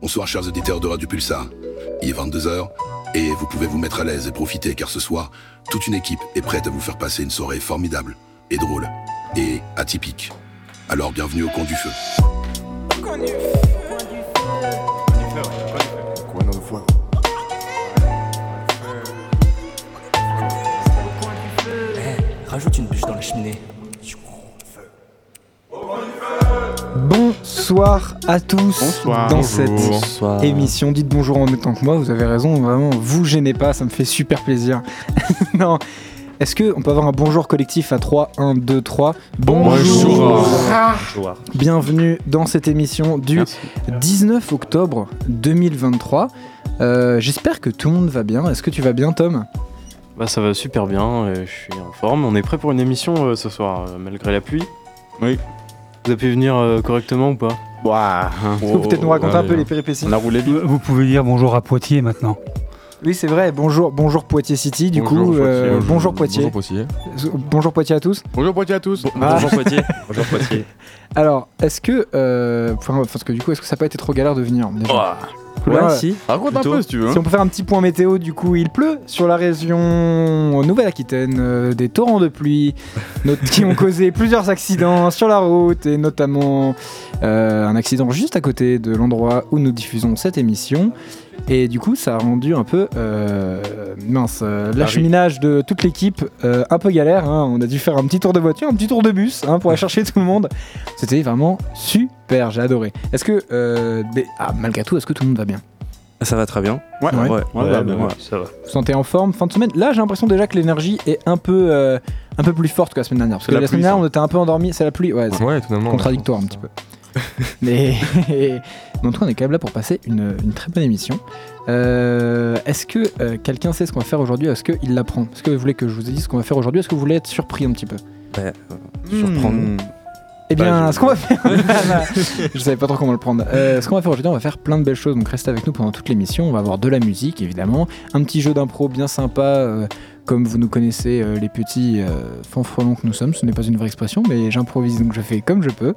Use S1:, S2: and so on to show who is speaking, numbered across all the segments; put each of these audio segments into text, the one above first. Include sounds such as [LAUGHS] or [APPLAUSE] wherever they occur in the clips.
S1: Bonsoir chers auditeurs de Radio Pulsar. Il est 22h et vous pouvez vous mettre à l'aise et profiter car ce soir, toute une équipe est prête à vous faire passer une soirée formidable et drôle et atypique. Alors bienvenue au Coin du Feu.
S2: Rajoute une bûche dans la cheminée.
S3: Bonsoir à tous
S4: Bonsoir.
S3: dans
S4: Bonjour.
S3: cette émission. Dites bonjour en même temps que moi, vous avez raison, vraiment, vous gênez pas, ça me fait super plaisir. [LAUGHS] non, est-ce qu'on peut avoir un bonjour collectif à 3, 1, 2, 3
S4: Bonjour.
S3: Bienvenue dans cette émission du
S4: Merci.
S3: 19 octobre 2023. Euh, J'espère que tout le monde va bien. Est-ce que tu vas bien, Tom
S5: Bah ça va super bien, euh, je suis en forme. On est prêt pour une émission euh, ce soir, euh, malgré la pluie.
S4: Oui.
S5: Vous avez pu venir euh, correctement ou pas
S4: Ouah. hein.
S3: Est-ce que vous peut-être nous raconter un peu les péripéties
S4: On a roulé vite.
S6: Vous pouvez dire bonjour à Poitiers maintenant.
S3: Oui, c'est vrai. Bonjour, bonjour Poitiers City. Du
S4: Bonjour,
S3: coup,
S4: Poitiers,
S3: euh,
S4: bonjour.
S3: bonjour Poitiers. Bonjour Poitiers à tous.
S4: Bonjour Poitiers à tous.
S3: Ah.
S4: [LAUGHS]
S5: Bonjour Poitiers. Bonjour Poitiers.
S3: Alors, est-ce que. euh, enfin, parce que du coup, est-ce que ça n'a pas été trop galère de venir déjà
S7: Oh.
S3: Là,
S5: ouais, si.
S4: Oh. Raconte un
S5: Plutôt.
S4: peu si tu veux.
S3: Si on peut faire un petit point météo, du coup, il pleut sur la région Nouvelle-Aquitaine, euh, des torrents de pluie not- qui ont causé [LAUGHS] plusieurs accidents sur la route et notamment euh, un accident juste à côté de l'endroit où nous diffusons cette émission. Et du coup, ça a rendu un peu euh, mince euh, l'acheminage de toute l'équipe euh, un peu galère. hein. On a dû faire un petit tour de voiture, un petit tour de bus hein, pour aller chercher tout le monde. C'était vraiment super, j'ai adoré. Est-ce que, euh, des- ah, malgré tout, est-ce que tout le monde va bien
S2: Ça va très bien.
S4: Ouais.
S3: Ouais.
S4: bah, bah,
S2: ouais.
S5: Ça va.
S3: vous sentez en forme fin de semaine là j'ai l'impression déjà que l'énergie est un peu euh, un peu plus forte que la semaine dernière parce que
S4: C'est
S3: la,
S4: la
S3: semaine
S4: pluie, ça.
S3: dernière on était un peu endormi c'est la pluie ouais, c'est
S7: Ouais, finalement.
S3: contradictoire un petit peu mais, [LAUGHS] mais en tout cas on est quand même là pour passer une, une très bonne émission Euh, est-ce que euh, quelqu'un sait ce qu'on va faire aujourd'hui est-ce qu'il l'apprend est-ce que vous voulez que je vous dise ce qu'on va faire aujourd'hui est-ce que vous voulez être surpris un petit peu
S2: Bah, euh, Surprendre.
S3: eh bien,
S2: Bah, je-
S3: ce qu'on va
S2: [LAUGHS]
S3: faire, [LAUGHS] je savais pas trop comment le prendre. Euh, ce qu'on va faire aujourd'hui, on va faire plein de belles choses. Donc restez avec nous pendant toute l'émission. On va avoir de la musique, évidemment, un petit jeu d'impro bien sympa, euh, comme vous nous connaissez, euh, les petits euh, fanfrelons que nous sommes. Ce n'est pas une vraie expression, mais j'improvise donc je fais comme je peux.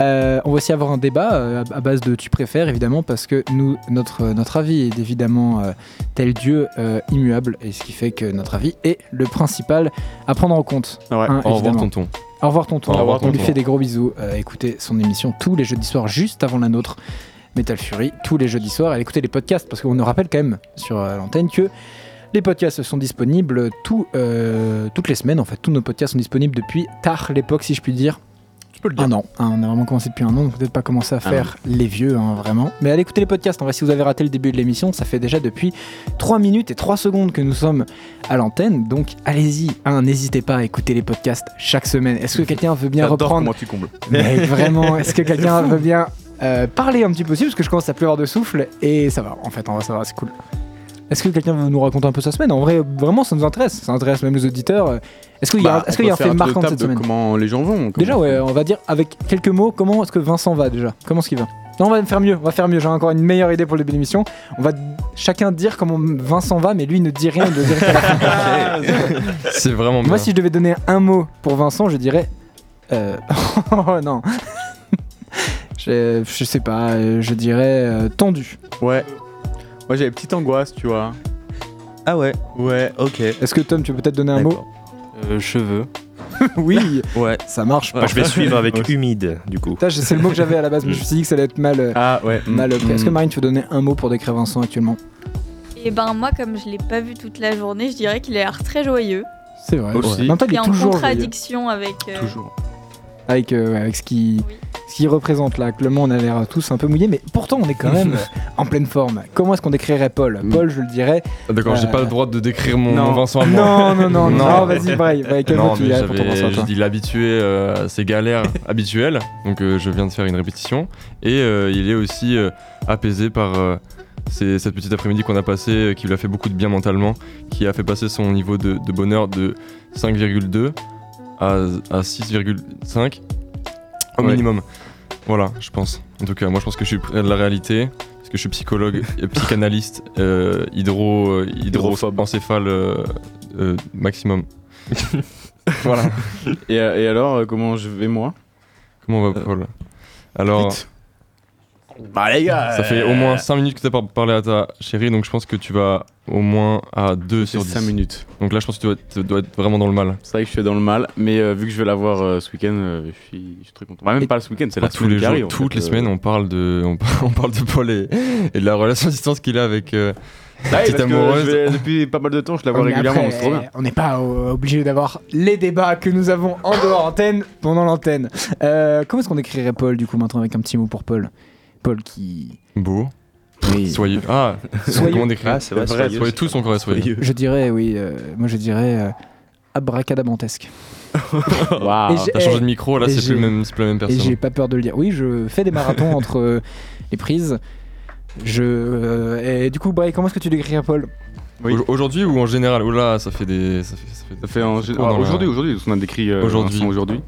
S3: Euh, on va aussi avoir un débat euh, à à base de tu préfères, évidemment, parce que nous, notre euh, notre avis est évidemment euh, tel dieu euh, immuable, et ce qui fait que notre avis est le principal à prendre en compte.
S4: Ouais.
S3: hein,
S7: Au revoir,
S3: évidemment.
S7: tonton.
S3: Au revoir tonton.
S4: Au revoir,
S3: on lui
S4: tonton.
S3: fait des gros bisous. Euh, écoutez son émission tous les jeudis soirs juste avant la nôtre. Metal Fury tous les jeudis soirs. Elle écoutait les podcasts parce qu'on nous rappelle quand même sur euh, l'antenne que les podcasts sont disponibles tout, euh, toutes les semaines. En fait, tous nos podcasts sont disponibles depuis tard l'époque, si je puis dire. Un an. Hein, on a vraiment commencé depuis un an, donc peut-être pas commencé à faire les vieux, hein, vraiment. Mais allez écouter les podcasts. En vrai, si vous avez raté le début de l'émission, ça fait déjà depuis 3 minutes et 3 secondes que nous sommes à l'antenne. Donc allez-y, hein, n'hésitez pas à écouter les podcasts chaque semaine. Est-ce que quelqu'un veut bien
S4: J'adore
S3: reprendre
S4: comment tu combles. [LAUGHS]
S3: mais vraiment, est-ce que quelqu'un veut bien euh, parler un petit peu aussi Parce que je commence à plus avoir de souffle et ça va, en fait, on va savoir, c'est cool. Est-ce que quelqu'un veut nous raconter un peu sa semaine En vrai, vraiment, ça nous intéresse. Ça intéresse même les auditeurs. Est-ce qu'il y a,
S4: Bah, on
S3: est-ce qu'il y a un
S4: peut faire
S3: fait
S4: tour de
S3: marquant de
S4: table
S3: cette semaine
S4: Comment les gens vont comment-
S3: Déjà, ouais, on va dire avec quelques mots, comment est-ce que Vincent va déjà Comment est-ce qu'il va Non, on va faire mieux, on va faire mieux. J'ai encore une meilleure idée pour le début de l'émission. On va d- chacun dire comment Vincent va, mais lui il ne dit rien. il le dirait qu'à la
S7: [LAUGHS]
S3: fin.
S4: [LAUGHS]
S5: Ah,
S7: C'est vraiment bien.
S4: bah.
S3: Moi, si je devais donner un mot pour Vincent, je dirais. Euh... [LAUGHS] oh non. je, je sais pas, euh, je dirais euh, tendu.
S4: Ouais. Moi j'avais petite angoisse, tu vois.
S2: Ah ouais,
S4: Ouais.
S2: ok.
S3: Est-ce que
S4: [LAUGHS]
S3: Tom, tu peux peut-être donner un mot
S2: D'accord.
S5: Euh, cheveux.
S3: [LAUGHS] Oui,
S2: Ouais.
S3: ça marche pas.
S8: Bah, je vais suivre [LAUGHS] avec humide, du coup.
S3: Putain, je- C'est le mot que j'avais à la base, mais je me suis dit que ça allait être mal. euh,
S4: Ah ouais. mm.
S3: mal pris. Est-ce que
S4: Mm.
S3: Marine, tu veux donner un mot pour décrire Vincent actuellement
S9: Et ben moi, comme je l'ai pas vu toute la journée, je dirais qu'il a l'air très joyeux.
S3: C'est vrai.
S4: Aussi.
S3: En même temps,
S9: Il
S3: il
S9: est
S3: est
S9: en
S3: toujours joyeux.
S9: contradiction avec. euh,
S4: Toujours.
S3: avec, euh, ouais, avec ce qui
S9: Oui.
S3: ce qui représente là. Actuellement, on a l'air tous un peu mouillés, mais pourtant, on est quand même en pleine forme. Comment est-ce qu'on décrirait Paul
S4: Mm.
S3: Paul, je le dirais.
S7: Ah, D'accord, j'ai
S3: Euh,
S7: pas le droit de décrire mon,
S4: non.
S7: mon Vincent à moi.
S3: Non, non, non, non.
S7: Non.
S3: vas-y, pareil. Vas-y, quel mot
S7: Non,
S3: tu
S7: mais
S3: dirais pour ton Vincent,
S7: j'avais
S3: toi
S7: je dis l'habitué euh, à ses
S4: [LAUGHS]
S7: galères habituelles. Donc euh, je viens de faire une répétition. Et euh, il est aussi euh, apaisé par euh, ces- cette petite après-midi qu'on a passée, euh, qui lui a fait beaucoup de bien mentalement, qui a fait passer son niveau de, de bonheur de 5,2 à, à 6,5 au
S4: Ouais.
S7: minimum. Voilà, je pense. En tout cas, moi je pense que je suis près de la réalité. Parce que je suis psychologue, et
S4: [LAUGHS]
S7: psychanalyste, euh, hydro, euh, hydro
S4: Hydrophobe.
S7: encéphale euh, euh,
S4: [LAUGHS]
S7: maximum. voilà.
S4: Et, euh, et alors, euh, comment je vais moi
S7: Comment on va Paul Alors,
S4: Vite. Bah les gars euh,
S7: Ça fait au moins 5 minutes que t'as par- parlé à ta chérie, donc je pense que tu vas au moins à 2 sur 10.
S4: 5 minutes.
S7: Donc là, je pense que tu dois, tu dois être vraiment dans le mal.
S4: C'est vrai que je suis dans le mal, mais euh, vu que je vais la voir euh, ce week-end, euh, je, suis, je suis très content. Bah, même
S3: Et-
S4: pas ce week-end, c'est
S7: Pas
S4: la
S7: tous les
S4: semaine qui
S7: jours,
S4: arrive, en
S7: toutes
S4: fait,
S7: les
S4: euh.
S7: semaines, on parle de, [LAUGHS] on, par- on parle de Paul et, et de la relation à distance qu'il a avec euh,
S4: Ah
S7: sa
S4: oui,
S7: petite
S4: parce que
S7: amoureuse.
S4: je vais- depuis pas mal de temps, je la vois
S3: Mais
S4: régulièrement,
S3: euh, après,
S4: c'est trop bien.
S3: On n'est pas euh, obligé d'avoir les débats que nous avons en dehors antenne pendant l'antenne. Euh, comment est-ce qu'on décrirait Paul du coup maintenant avec un petit mot pour Paul Paul qui.
S7: Beau,
S3: Oui.
S7: soyeux. Ah,
S3: Soyeux.
S7: comment décrire
S8: Ah, c'est vrai,
S7: Vrai,
S8: soyeux,
S7: soyeux,
S8: c'est
S7: tous encore soyeux.
S8: Soyeux.
S3: Je dirais, oui, euh, moi je dirais euh,
S7: [LAUGHS]
S3: abracadabantesque.
S4: Waouh.
S3: Et j'ai-
S7: T'as changé de micro, là,
S3: Et
S7: c'est plus,
S3: j'ai-
S7: le même- c'est plus la même
S3: Et j'ai
S7: personne.
S3: pas peur de le dire. Oui, je fais
S7: [LAUGHS]
S3: des marathons entre euh, les prises. Je euh, et du coup, Bray, comment est-ce que tu décrirais Paul
S4: Oui.
S7: Au- Aujourd'hui ou en général Oh là, ça fait des. Ça fait, ça fait-
S4: Ça fait un-
S7: ça fait court dans la-
S4: Aujourd'hui, aujourd'hui, parce qu'on a décrit euh,
S7: Aujourd'hui.
S4: un son aujourd'hui.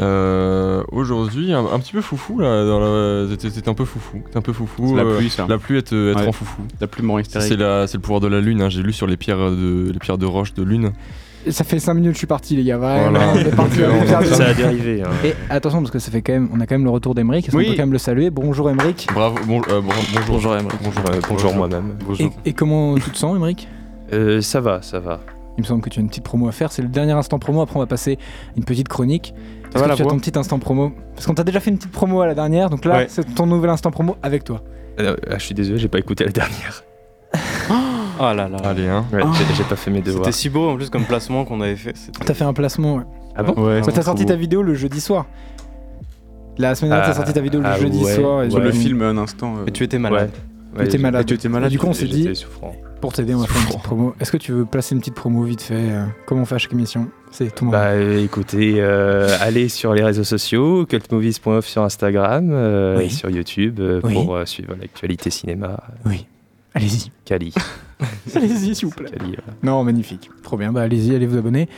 S7: Euh, aujourd'hui, un, un petit peu foufou là. Dans la... c'était- C'était un peu foufou. C'était un peu foufou.
S4: C'est la
S7: euh,
S4: pluie, ça.
S7: La pluie être, être
S4: Ouais.
S7: en foufou.
S4: La plume en
S7: Ça, C'est la- c'est le pouvoir de la lune. hein. J'ai lu sur les pierres de les pierres de roche de lune.
S3: Ça fait 5 minutes, je suis parti, les gars. Vraiment,
S7: Voilà.
S3: on
S7: [LAUGHS]
S3: est parti,
S7: Donc,
S3: on est
S7: euh,
S3: parti.
S8: Ça a dérivé. hein.
S3: Et attention parce que ça fait quand même, on a quand même le retour d'Emeric.
S4: Oui.
S3: On peut quand même le saluer. Bonjour Emeric.
S7: Bravo. bon- euh, bra- bonjour.
S2: Bonjour, Emery.
S7: Bonjour.
S8: Euh, bonjour moi-même.
S3: Et, et comment tu te sens, Emeric
S8: Euh, ça va, ça va.
S3: Il me semble que tu as une petite promo à faire. C'est le dernier instant promo. Après, on va passer à une petite chronique. Est-ce
S4: va,
S3: que
S4: la
S3: tu as
S4: voix
S3: ton petit instant promo Parce qu'on t'a déjà fait une petite promo à la dernière. Donc là,
S4: Ouais.
S3: c'est ton nouvel instant promo avec toi.
S8: Euh, ah, je suis désolé, j'ai pas écouté la dernière.
S5: Ah là là.
S7: Allez hein.
S8: Ouais, j'ai- J'ai pas fait mes devoirs.
S5: C'était si beau en plus comme placement qu'on avait fait. c'était-
S3: T'as fait un placement. ouais.
S8: Ah bon
S4: Ouais.
S3: Parce que t'as sorti ta vidéo le jeudi soir. La semaine dernière, t'as
S8: Ah,
S3: sorti ta vidéo le
S8: ah
S3: jeudi
S8: ouais,
S3: soir. Et
S4: Sur
S3: j'ai-
S4: le film, un instant. euh,
S5: Mais tu étais malade.
S8: Ouais,
S3: t'es
S8: j'ai-
S3: malade.
S8: Et tu étais malade.
S3: Et du coup, on s'est
S8: j'étais
S3: dit-
S8: souffrant.
S3: Pour t'aider, on va faire une petite promo. Est-ce que tu veux placer une petite promo vite fait euh, Comme on fait à chaque émission C'est tout le monde.
S8: Bah euh, écoutez, euh, allez sur les réseaux sociaux, cultmovies.off sur Instagram euh,
S3: Oui.
S8: et sur YouTube euh,
S3: Oui.
S8: pour euh, suivre l'actualité cinéma.
S3: Allez-y. Ah,
S8: Cali.
S5: [LAUGHS]
S3: Allez-y, s'il vous plaît.
S8: Cali, voilà.
S3: Non, magnifique. Trop bien. Bah, allez-y, allez vous abonner.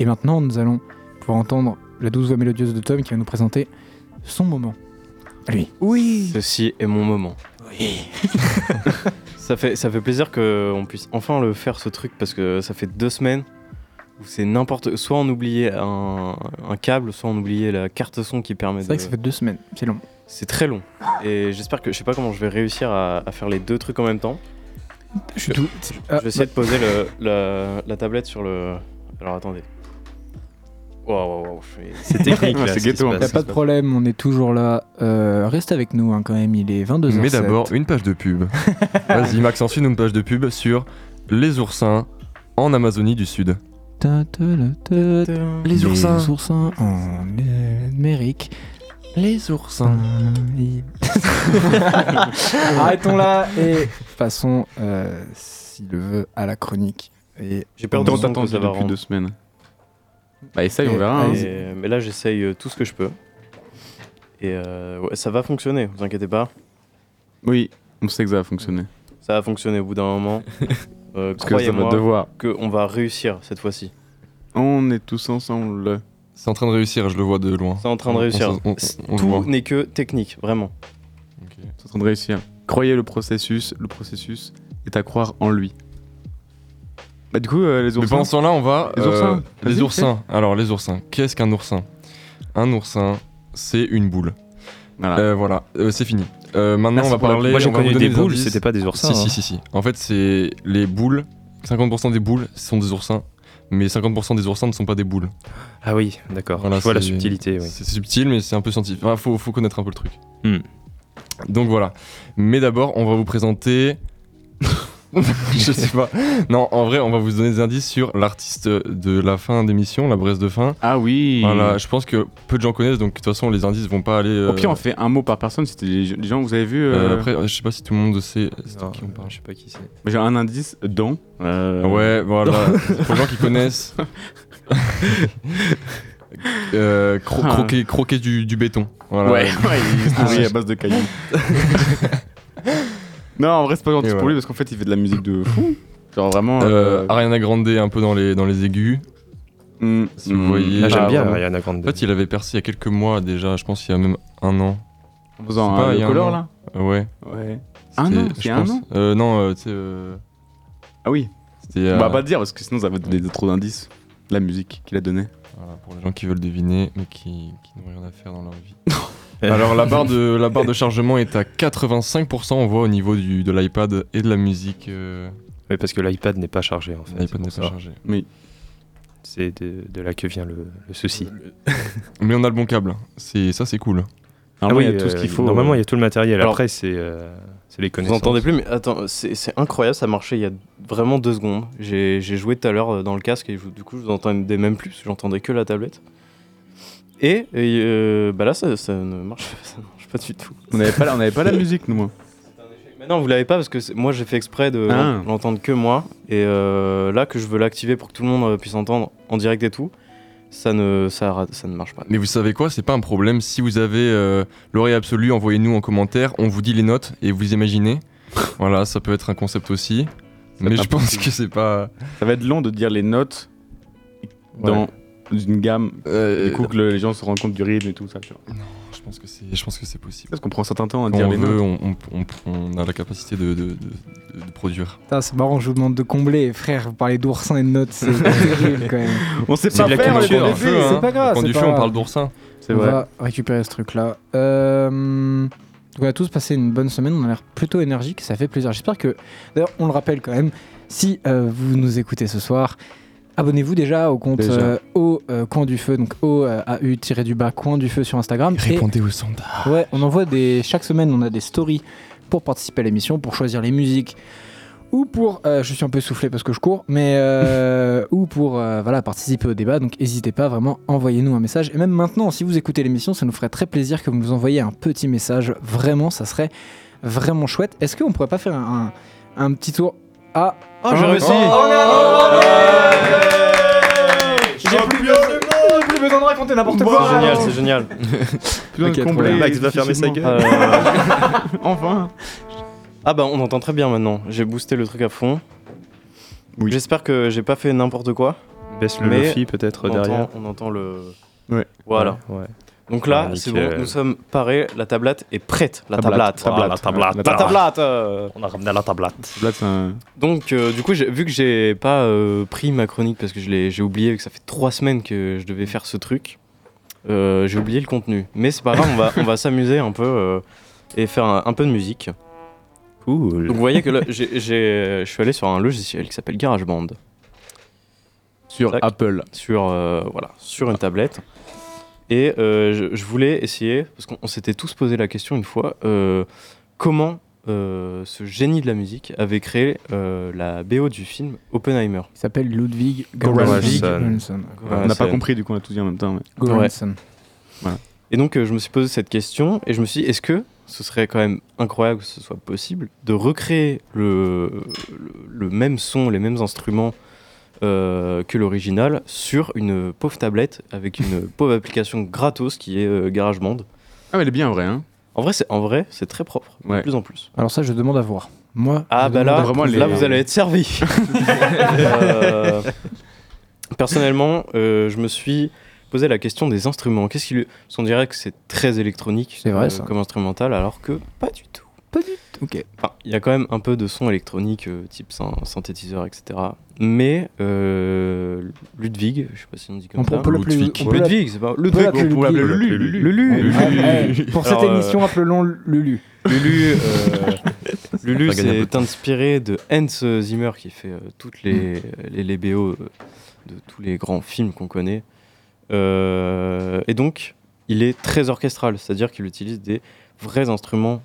S3: Et maintenant, nous allons pouvoir entendre la douce voix mélodieuse de Tom qui va nous présenter son moment.
S5: Oui. Ceci est mon moment.
S3: Oui.
S5: [LAUGHS] Ça fait, ça fait plaisir qu'on puisse enfin le faire ce truc parce que ça fait deux semaines où c'est n'importe. Soit on oubliait un, un câble, soit on oubliait la carte son qui permet
S3: C'est
S5: de.
S3: vrai que ça fait deux semaines. C'est long.
S5: C'est très long. Et j'espère que. Je sais pas comment je vais réussir à, à faire les deux trucs en même temps.
S3: Je suis tout. Ah,
S5: je vais essayer de poser le- la, la tablette sur le. Alors attendez. Waouh, waouh, waouh. je fais-
S8: C'est technique.
S4: Ouais,
S8: là,
S4: c'est
S8: ce qui
S4: ghetto,
S8: se
S4: hein.
S3: bah,
S8: passe.
S3: pas de problème, on est toujours là. Euh, restez avec nous hein, quand même, il est 22h.
S7: Mais d'abord une page de pub. Vas-y Max, ensuite une page de pub sur les oursins en Amazonie du Sud.
S3: Les oursins. Les oursins en Amérique.
S7: Les
S3: [LAUGHS]
S7: oursins.
S3: Arrêtons là et passons, euh, s'il le veut, à la chronique. Et
S5: J'ai peur
S4: Tant
S5: de son que
S4: attendu
S5: ça va
S4: depuis
S5: rendre.
S4: deux semaines. Bah essaye,
S3: Et-
S4: on verra. hein.
S3: allez-y.
S5: Et- mais là, j'essaye euh, tout ce que je peux. Et euh, ouais, ça va fonctionner, vous inquiétez pas.
S4: Oui, on sait que ça va fonctionner.
S5: Ça va fonctionner au bout d'un moment. Euh,
S4: Parce que c'est votre
S5: Croyez-moi
S4: devoir.
S5: qu'on va réussir cette fois-ci.
S4: On est tous ensemble.
S7: C'est en train de réussir, je le vois de loin.
S5: C'est en train de
S7: On- on-
S5: réussir.
S7: on- on-
S5: C'est-
S7: on le voit.
S5: Tout n'est que technique, vraiment.
S4: C'est en train de réussir. Croyez le processus, le processus est à croire en lui. Bah du coup, euh, les
S7: Mais pendant
S4: oursins...
S7: ce temps-là, on va. euh,
S4: Les oursins.
S7: Les
S4: Vas-y,
S7: oursins. Alors, les oursins. Qu'est-ce qu'un oursin Un oursin, c'est une boule.
S4: Voilà.
S7: Euh, voilà, Euh, c'est fini. Euh, maintenant, on va parler.
S8: Moi
S7: on
S8: j'ai
S7: va
S8: connu
S7: vous
S8: des
S7: donner
S8: boules,
S7: indices.
S8: c'était pas des oursins.
S7: Si,
S8: hein.
S7: si, si, si. En fait, c'est les boules. 50% des boules sont des oursins. Mais 50% des oursins ne sont pas des boules.
S8: Ah oui, d'accord.
S7: Voilà,
S8: je vois la
S7: c'est-
S8: subtilité. Oui.
S7: C'est subtil, mais c'est un peu scientifique. Enfin, faut, faut connaître un peu le truc.
S8: Hmm.
S7: Donc voilà. Mais d'abord, on va vous présenter. [LAUGHS] je sais pas. Non, en vrai, on va vous donner des indices sur l'artiste de la fin d'émission, la Bresse de fin.
S4: Ah oui
S7: Voilà, je pense que peu de gens connaissent, donc de toute façon, les indices vont pas aller. euh,
S4: Au pire, on fait un mot par personne. C'était les les gens, vous avez vu.
S7: euh,
S4: euh,
S7: après, euh, je sais pas si tout le monde sait c'est
S8: Non,
S7: qui on parle.
S8: je sais pas qui c'est.
S4: J'ai un indice dans. euh,
S7: Ouais,
S4: [LAUGHS]
S7: voilà. [LAUGHS] Pour les gens qui connaissent. Euh, cro-
S4: Ah.
S7: croquer, croquer du, du béton. Voilà.
S4: Ouais, ouais,
S7: [LAUGHS]
S4: il se nourrit à base de cailloux. non, en vrai, c'est pas gentil
S7: Et
S4: pour
S7: voilà.
S4: lui parce qu'en fait, il fait de la musique de fou. Genre vraiment.
S7: Euh,
S4: euh,
S7: Ariana Grande un peu dans les, dans les aigus.
S4: mm,
S7: Si vous
S4: mm.
S7: voyez.
S8: Ah, j'aime
S4: Ah,
S8: bien
S4: vraiment.
S8: Ariana Grande.
S7: En fait, il avait percé il y a quelques mois déjà, je pense il y a même un an.
S4: En faisant
S7: C'est pas,
S4: un
S7: il y a un
S4: color
S7: an.
S4: là
S7: Euh, Ouais.
S4: Ouais. Un an,
S7: C'était-
S4: c'est
S7: je
S4: un
S7: pense.
S4: an
S7: euh, Non, euh, tu sais. euh,
S4: Ah oui. Bah,
S7: C'était. euh,
S4: On va pas dire parce que sinon ça va donner trop d'indices. La musique qu'il a donnée.
S7: Voilà, pour les gens qui veulent deviner, mais qui, qui n'ont rien à faire dans leur
S3: [LAUGHS]
S7: vie.
S4: Eh,
S8: Euh.
S7: Alors la barre de, la barre de chargement est à 85%, on voit au niveau du, de l'iPad et de la musique. euh,
S8: Oui, parce que l'iPad n'est pas chargé en fait.
S7: L'iPad n'est
S8: c'est
S7: pas
S8: pour ça.
S7: chargé.
S8: C'est de, de là que vient le, Euh, le souci.
S7: Mais on a le bon câble, c'est, ça c'est cool.
S8: Ah
S4: Normalement, il y a tout
S8: euh,
S4: ce qu'il faut.
S8: Normalement,
S4: euh,
S8: il y a tout le matériel.
S5: Alors-
S8: Après, c'est euh, c'est les
S5: Vous
S8: connaissances.
S5: entendez plus, mais attends, c'est c'est incroyable, ça marchait il y a vraiment deux secondes. J'ai j'ai joué tout à l'heure euh, dans le casque et je- du coup je vous entendais même plus, parce que j'entendais que la tablette. Et, et, euh, bah là, ça, ça ne marche, [LAUGHS] ça ne marche pas du tout.
S4: On n'avait pas, la- on avait
S5: [LAUGHS]
S4: pas la musique, nous, moi.
S5: Mais non, vous l'avez pas parce que c'est- moi j'ai fait exprès de
S4: Ah.
S5: l'en- l'entendre que moi. Et euh, là que je veux l'activer pour que tout le monde euh, puisse entendre en direct et tout, ça ne, ça, ra- ça ne marche pas.
S7: Mais vous savez quoi, c'est pas un problème. Si vous avez euh, l'oreille absolue, envoyez-nous en commentaire, on vous dit les notes et vous imaginez. voilà, ça peut être un concept aussi. Mais
S4: pas
S7: je pense
S4: possible.
S7: que c'est pas.
S4: Ça va être long de dire les notes dans une gamme.
S7: Euh,
S4: du coup, que le- les gens se rendent compte du rythme et tout ça. Tu vois.
S7: je pense que c'est, je pense que c'est possible.
S4: Parce qu'on prend un certain temps à
S7: Quand
S4: dire
S7: on
S4: les
S7: veut,
S4: notes.
S7: on, on- on- on a la capacité de, de- de- de- de produire.
S3: Putain, c'est marrant, je vous demande de combler. Frère, vous parlez d'oursins et de
S7: [LAUGHS]
S3: notes, c'est terrible quand même.
S4: On sait
S7: C'est
S4: pas
S7: de la
S4: faire, les
S7: conduction
S4: gars.
S7: d'un feu. hein.
S3: c'est pas grave.
S7: Quand
S3: c'est
S7: du
S3: pas
S7: feu, on
S3: grave.
S7: parle d'oursin.
S4: C'est
S3: On
S4: vrai.
S3: va récupérer ce truc-là. Euh, donc on a tous passé une bonne semaine, on a l'air plutôt énergique, ça fait plaisir. J'espère que, d'ailleurs, on le rappelle quand même, si euh, vous nous écoutez ce soir, abonnez-vous déjà au compte
S4: Déjà.
S3: euh, au euh, coin du feu, donc au euh, AU-du-bas coin du feu sur Instagram. Et-
S7: au sondage.
S3: Ouais, on envoie des. Chaque semaine, on a des stories pour participer à l'émission, pour choisir les musiques. Ou pour, euh, je suis un peu soufflé parce que je cours, mais euh, ou pour euh, voilà participer au débat. Donc n'hésitez pas vraiment, envoyez-nous un message. Et même maintenant, si vous écoutez l'émission, ça nous ferait très plaisir que vous nous envoyiez un petit message. Vraiment, ça serait vraiment chouette. Est-ce qu'on pourrait pas faire un, un- un petit tour à Ah,
S5: Oh, j'ai réussi
S3: J'ai plus, besoin de raconter n'importe
S5: C'est génial, c'est
S8: [LAUGHS]
S5: génial.
S4: Putain,
S3: Ok,
S4: comblé,
S3: trop bien.
S8: Max va fermer sa gueule.
S5: Euh,
S8: [LAUGHS]
S4: Enfin.
S5: Ah bah on entend très bien maintenant. J'ai boosté le truc à fond.
S4: Oui.
S5: J'espère que j'ai pas fait n'importe quoi.
S8: Baisse le
S5: Mais
S8: Lofi peut-être
S5: On
S8: derrière.
S5: entend, on entend le.
S4: Ouais.
S5: Voilà.
S8: Ouais.
S5: Donc là,
S8: Ouais,
S5: c'est bon,
S8: nickel.
S7: euh,
S5: nous sommes parés. La tablette est prête. La tablette.
S4: Tablate,
S5: Voilà,
S4: tablate,
S5: la tablette.
S4: tablate.
S5: La tablette, euh.
S8: On a ramené la tablette.
S4: Là, c'est un-
S5: Donc euh, du coup, j'ai- vu que j'ai pas euh, pris ma chronique parce que je l'ai- j'ai oublié que ça fait trois semaines que je devais faire ce truc. euh, j'ai oublié le contenu. Mais c'est pas grave, on va, on va s'amuser un peu euh, et faire un- un peu de musique.
S8: Cool.
S5: Donc vous voyez que là, j'ai- j'ai- je suis allé sur un logiciel qui s'appelle GarageBand
S4: Sur
S5: Tac.
S4: Apple.
S5: sur euh, voilà sur une tablette. Et euh, je, je voulais essayer parce qu'on on s'était tous posé la question une fois euh, comment euh, ce génie de la musique avait créé euh, la BO du film Oppenheimer.
S3: Il s'appelle Ludwig
S8: Göransson.
S3: Göransson.
S4: on n'a pas
S5: c'est-
S4: compris, du coup, on a tout dit en même temps. mais-
S3: Göransson.
S5: Et donc euh, je me suis posé cette question et je me suis dit est-ce que ce serait quand même incroyable que ce soit possible de recréer le, le, le même son, les mêmes instruments euh, que l'original sur une pauvre tablette avec une pauvre application gratos qui est euh, GarageBand.
S4: Ah, mais elle est bien, en vrai. Hein.
S5: En vrai, c'est en vrai, c'est très propre, de
S4: Ouais.
S5: plus en plus.
S3: Alors ça, je demande à voir. Moi,
S5: Ah
S3: je
S5: bah là,
S3: demande à
S4: vraiment,
S3: voir.
S4: les-
S5: là vous allez
S3: [LAUGHS]
S5: être servi. [LAUGHS] Euh, personnellement, euh, je me suis posé la question des instruments. Qu'est-ce qui lui... parce qu'on dirait que c'est très électronique euh,
S3: C'est vrai, ça.
S5: comme instrumental, alors que pas du tout.
S3: Ok.
S5: Enfin, il y a quand même un peu de son électronique, euh, type syn- synthétiseur, etc. Mais euh, Ludwig, je sais pas si on dit comme
S3: On
S5: ça.
S3: peut, on peut l'appeler
S7: Ludwig.
S3: on peut
S5: Ludwig, c'est pas
S3: peut
S5: Ludwig.
S3: l'appeler
S4: on peut
S3: Lulu.
S4: l'appeler
S8: Lulu.
S4: Lulu.
S3: Lulu.
S5: Lulu.
S3: Ouais, ouais. Pour cette
S5: Alors, euh,
S3: émission, appelons Lulu. [LAUGHS]
S8: [LAUGHS]
S5: Lulu, euh, Lulu
S8: Ça va gagner un peu de
S5: c'est inspiré de Hans Zimmer qui fait euh, toutes
S8: Mm.
S5: les, les, les BO euh, de tous les grands films qu'on connaît. Euh, et donc, il est très orchestral, c'est-à-dire qu'il utilise des vrais instruments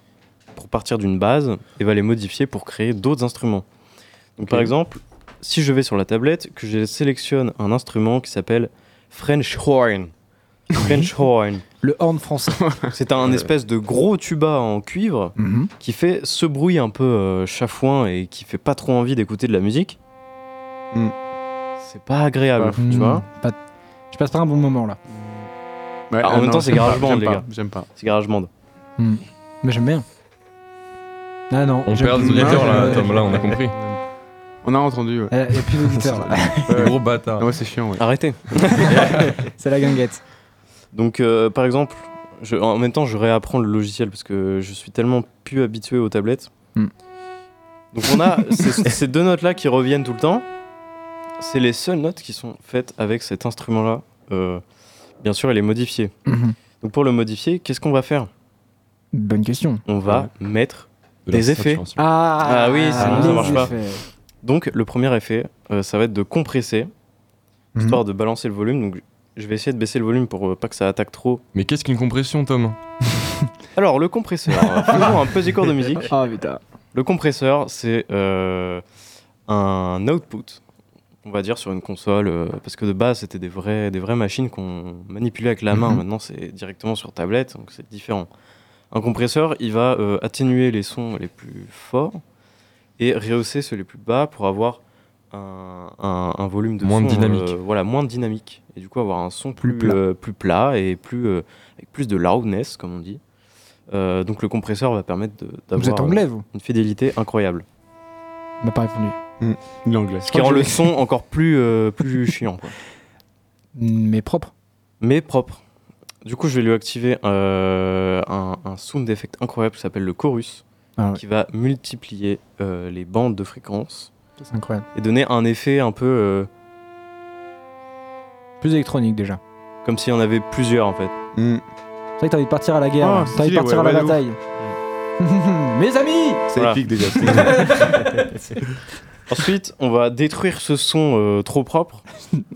S5: pour partir d'une base et va les modifier pour créer d'autres instruments. Donc, par exemple, si je vais sur la tablette, que je sélectionne un instrument qui s'appelle French horn. French horn.
S3: Le horn français.
S5: [LAUGHS] C'est un espèce de gros tuba en cuivre
S3: Mhm.
S5: qui fait ce bruit un peu euh, chafouin et qui fait pas trop envie d'écouter de la musique,
S4: Mm.
S5: c'est pas agréable, tu
S3: Mhm.
S5: vois.
S3: Pas- Je passe pas un bon moment là.
S4: Ouais,
S5: Ah, en
S4: ah,
S5: même
S4: non,
S5: temps, c'est
S4: j'aime pas,
S5: GarageBand,
S4: j'aime
S5: les
S4: pas,
S5: gars.
S4: J'aime pas.
S5: C'est GarageBand.
S3: Mais j'aime bien. Ah non.
S7: On
S3: j'aime
S7: perd des
S3: plus.
S7: auditeurs
S3: Ouais,
S7: là,
S3: ouais,
S7: Tom,
S3: ouais.
S7: là, on a compris.
S4: On a entendu. Ouais,
S3: Euh, y a
S4: [LAUGHS]
S3: plus
S7: [LAUGHS]
S3: d'auditeurs là.
S7: Les Gros bâtard.
S4: Ah ouais c'est chiant, ouais. [LAUGHS]
S5: [LAUGHS] Arrêtez.
S3: C'est la guinguette.
S5: Donc, euh, par exemple, je- en même temps, je réapprends le logiciel parce que je suis tellement plus habitué aux tablettes.
S3: Mm.
S5: Donc, on a ces, ces deux notes-là qui reviennent tout le temps. C'est les seules notes qui sont faites avec cet instrument-là euh, bien sûr, elle est modifiée.
S3: Mhm.
S5: Donc pour le modifier, qu'est-ce qu'on va faire
S3: Bonne question.
S5: On va mettre.
S7: De la
S5: Des effets.
S7: saturation.
S3: Ah,
S5: Ah oui, sinon
S7: ça
S3: les
S5: marche pas.
S3: effets.
S5: Donc le premier effet, euh, ça va être de compresser,
S3: Mhm.
S5: histoire de balancer le volume. Donc je vais essayer de baisser le volume pour euh, pas que ça attaque trop.
S7: Mais qu'est-ce qu'une compression,
S5: [LAUGHS]
S7: Tom
S5: Alors le [LAUGHS] compresseur, euh, faisons un petit cours de musique.
S3: Ah putain.
S5: Le compresseur, c'est euh, un output, on va dire, sur une console. euh, parce que de base, c'était des vraies, des vraies machines qu'on manipulait avec la main.
S3: Mhm.
S5: Maintenant, c'est directement sur tablette, donc c'est différent. Un compresseur, il va euh, atténuer les sons les plus forts et rehausser ceux les plus bas pour avoir un, un- un volume de
S7: Moins de
S5: son,
S7: dynamique.
S5: euh, voilà, moins de dynamique. Et du coup, avoir un son
S3: Plus
S5: plus,
S3: plat.
S5: euh, plus plat et plus, euh, avec plus de loudness, comme on dit. Euh, donc, le compresseur va permettre de- d'avoir.
S3: Vous êtes
S5: euh,
S3: anglais, vous
S5: une fidélité incroyable.
S3: On m'a pas répondu.
S4: Mm. L'anglais.
S5: Ce qui rend
S3: [LAUGHS]
S5: le son encore plus, euh, plus chiant, quoi.
S3: Mais propre.
S5: mais propre. Du coup, je vais lui activer euh, un, un sound effect incroyable qui s'appelle le chorus,
S3: Ah ouais.
S5: qui va multiplier euh, les bandes de fréquences
S3: C'est incroyable.
S5: et donner un effet un peu euh,
S3: Plus électronique déjà.
S5: comme s'il y en avait plusieurs en fait.
S3: C'est vrai que t'as envie de partir à la guerre,
S4: Ah,
S3: là. t'as
S4: stylé,
S3: envie de partir
S4: ouais,
S3: à la
S4: ouais, de
S3: bataille. [LAUGHS] Mes amis
S4: C'est
S5: Voilà.
S4: épique
S3: [LAUGHS]
S4: déjà. c'est épique.
S5: [LAUGHS] Ensuite, on va détruire ce son euh, trop propre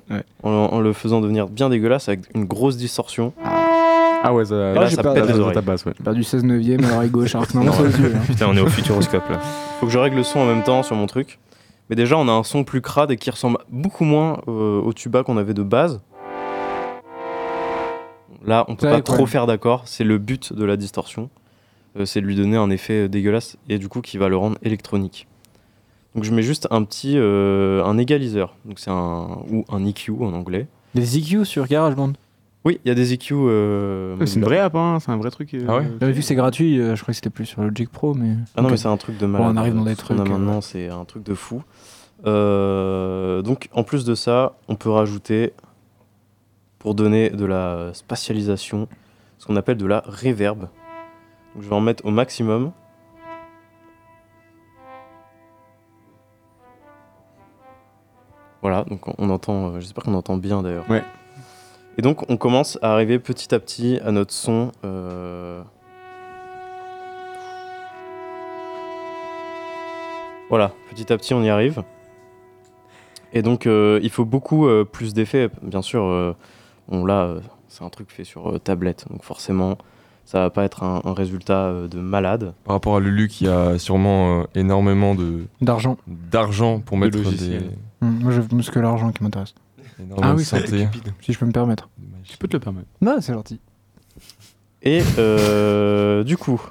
S3: Ouais.
S5: en, en le faisant devenir bien dégueulasse avec une grosse distorsion.
S4: ah ouais, ça,
S5: Et là,
S4: là,
S5: j'ai
S4: ça
S5: perdu
S4: pète
S5: les
S4: dans
S5: oreilles.
S4: ta basse, ouais.
S3: J'ai perdu 16 neuvième à l'oreille gauche, alors que non, c'est aux yeux. hein.
S8: [LAUGHS] Putain, on est au futuroscope là.
S5: Faut que je règle le son en même temps sur mon truc. Mais déjà, on a un son plus crade et qui ressemble beaucoup moins euh, au tuba qu'on avait de base. Là, on peut
S3: Ouais,
S5: pas
S3: ouais.
S5: trop faire d'accord. C'est le but de la distorsion. Euh, c'est de lui donner un effet dégueulasse et du coup qui va le rendre électronique. Donc je mets juste un petit euh, un égaliseur. Donc c'est un ou un EQ en anglais.
S3: Les EQ E sur GarageBand.
S5: Oui, il y a des EQ. euh,
S4: C'est une vraie app, hein, c'est un vrai truc. euh,
S7: Ah ouais
S3: J'avais vu que c'est gratuit, euh, je crois que c'était plus sur Logic Pro, mais.
S5: Ah non,
S3: Ok.
S5: mais c'est un truc de malade.
S3: on arrive dans des
S5: Ce qu'on a
S3: trucs, euh,
S5: maintenant, c'est un truc de fou. Euh, donc, en plus de ça, on peut rajouter, pour donner de la spatialisation, ce qu'on appelle de la reverb. Donc, je vais en mettre au maximum. Voilà, donc on- on entend, euh, j'espère qu'on entend bien d'ailleurs.
S4: Ouais.
S5: Et donc on commence à arriver petit à petit à notre son euh, Voilà, petit à petit on y arrive. Et donc euh, il faut beaucoup euh, plus d'effets, bien sûr. euh, on l'a, euh, c'est un truc fait sur euh, tablette, donc forcément ça va pas être un, un résultat euh, de malade.
S7: Par rapport à Lulu qui a sûrement euh, énormément de
S3: D'argent.
S7: d'argent pour
S4: De
S7: mettre des
S4: logiciels.
S3: Hum, Moi, je veux plus que l'argent qui m'intéresse,
S7: énormes
S4: Ah oui, ça
S7: synthés.
S3: si je peux me permettre.
S4: Tu peux te le permettre.
S3: Non, c'est gentil.
S5: Et euh, du coup,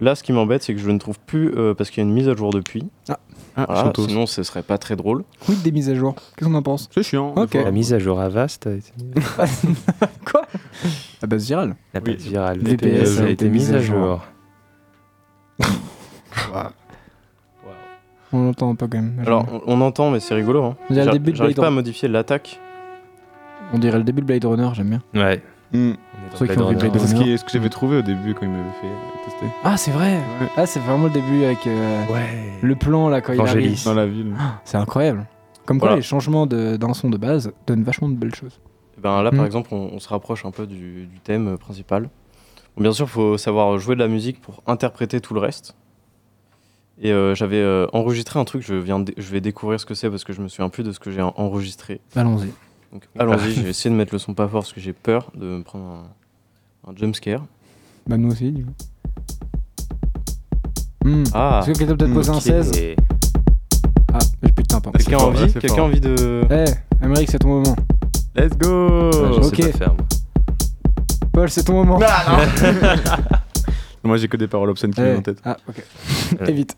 S5: là ce qui m'embête c'est que je ne trouve plus euh, parce qu'il y a une mise à jour depuis.
S4: Ah,
S5: Voilà,
S4: Santos.
S5: sinon ce serait pas très drôle.
S3: Quid des mises à jour Qu'est-ce qu'on en pense
S4: C'est chiant.
S3: Ok.
S8: La mise à jour Avast a été,
S3: [LAUGHS] La base virale.
S8: la
S4: Oui.
S8: base virale
S3: VPS
S8: VPS a été mise à jour.
S3: On l'entend pas quand même.
S5: Alors on, on entend mais c'est rigolo. Hein.
S3: On dirait le
S5: J'ar-
S3: début de
S5: J'arrive
S3: Blade
S5: pas à
S3: Runner.
S5: modifier l'attaque.
S3: on dirait le début de Blade Runner, j'aime bien.
S8: Ouais.
S4: Hmm.
S8: On est dans
S3: Ceux qui
S8: Blade
S3: ont vu
S8: Runner.
S3: Blade
S4: C'est ce,
S3: Runner.
S4: qui est- ce que j'avais trouvé au début quand il m'avait fait euh, tester.
S3: Ah, c'est vrai
S4: Ouais.
S3: Ah, c'est vraiment le début avec euh,
S8: Ouais.
S3: le plan là quand il arrive. Ah,
S8: Vangelis.
S4: Dans la ville.
S3: C'est incroyable. Comme quoi,
S5: Voilà.
S3: les changements de- d'un son de base donnent vachement de belles choses.
S5: Eh Ben là,
S3: Mm.
S5: par exemple, on, on se rapproche un peu du, du thème euh, principal. Bon, bien sûr, il faut savoir jouer de la musique pour interpréter tout le reste. Et euh, j'avais euh, enregistré un truc, je, viens de- je vais découvrir ce que c'est parce que je me souviens plus de ce que j'ai en- enregistré.
S3: Allons-y.
S5: Donc allons-y, je vais essayer de mettre le son pas fort parce que j'ai peur de me prendre un, un jumpscare.
S3: Bah, nous aussi, du coup. Hmm.
S5: Ah,
S3: Est-ce que quelqu'un peut peut-être poser un 16
S8: Et-
S3: Ah, j'ai plus de tympan.
S5: quelqu'un a
S4: fort, là,
S5: envie
S4: c'est
S5: Quelqu'un a
S4: fort.
S5: envie de.
S3: Eh, Amérique, c'est ton moment. Ah,
S4: Let's
S8: Ouais,
S4: go
S8: je sais
S3: ok.
S8: pas faire, moi.
S3: Paul, c'est ton moment.
S5: Bah, [LAUGHS]
S3: [LAUGHS]
S4: [LAUGHS] Moi j'ai que des paroles obscènes qui me
S3: Eh.
S4: viennent en tête.
S3: Ah, ok.
S8: Ouais.
S5: [LAUGHS]
S3: Évite.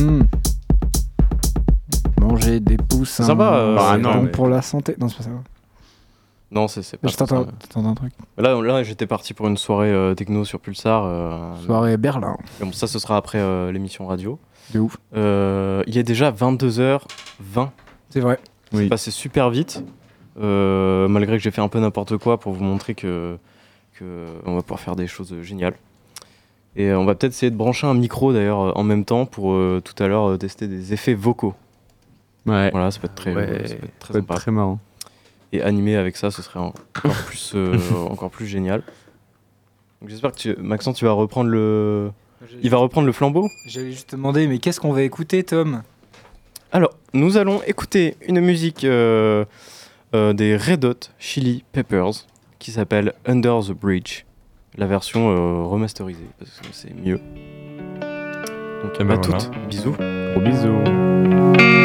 S3: Hmm. Manger des poussins.
S5: C'est sympa, euh,
S4: Bah,
S3: c'est
S4: non,
S3: bon
S4: mais-
S3: pour la santé. Non, c'est pas ça.
S5: Non, c'est c'est pas.
S3: Mais je t'entends
S5: ça.
S3: t'entends un truc.
S5: Là, là j'étais parti pour une soirée euh, techno sur Pulsar. euh,
S3: Soirée Berlin.
S5: mais bon, ça, ce sera après euh, l'émission radio.
S3: De ouf.
S5: Euh, il est déjà 22h20.
S3: C'est vrai.
S4: Oui.
S5: C'est passé super vite, euh, malgré que j'ai fait un peu n'importe quoi pour vous montrer que, que on va pouvoir faire des choses euh, géniales. Et euh, on va peut-être essayer de brancher un micro d'ailleurs euh, en même temps pour euh, tout à l'heure euh, tester des effets vocaux.
S4: [LAUGHS] Ouais.
S5: Voilà, ça peut être très, euh,
S8: Ouais.
S5: ça peut être très
S4: Ça va être
S5: sympa.
S4: très marrant.
S5: et animé avec ça, ce serait en- [LAUGHS] encore plus, euh, encore plus génial. Donc j'espère que tu- Maxence, tu vas reprendre le, il va reprendre le flambeau.
S3: J'allais juste te demander, mais qu'est-ce qu'on va écouter, Tom
S5: Alors, nous allons écouter une musique euh, euh, des Red Hot Chili Peppers qui s'appelle Under the Bridge, la version euh, remasterisée parce que c'est mieux. Donc,
S7: Eh
S5: à
S4: bah
S7: ben voilà.
S5: toutes, bisous.
S4: Gros bisous.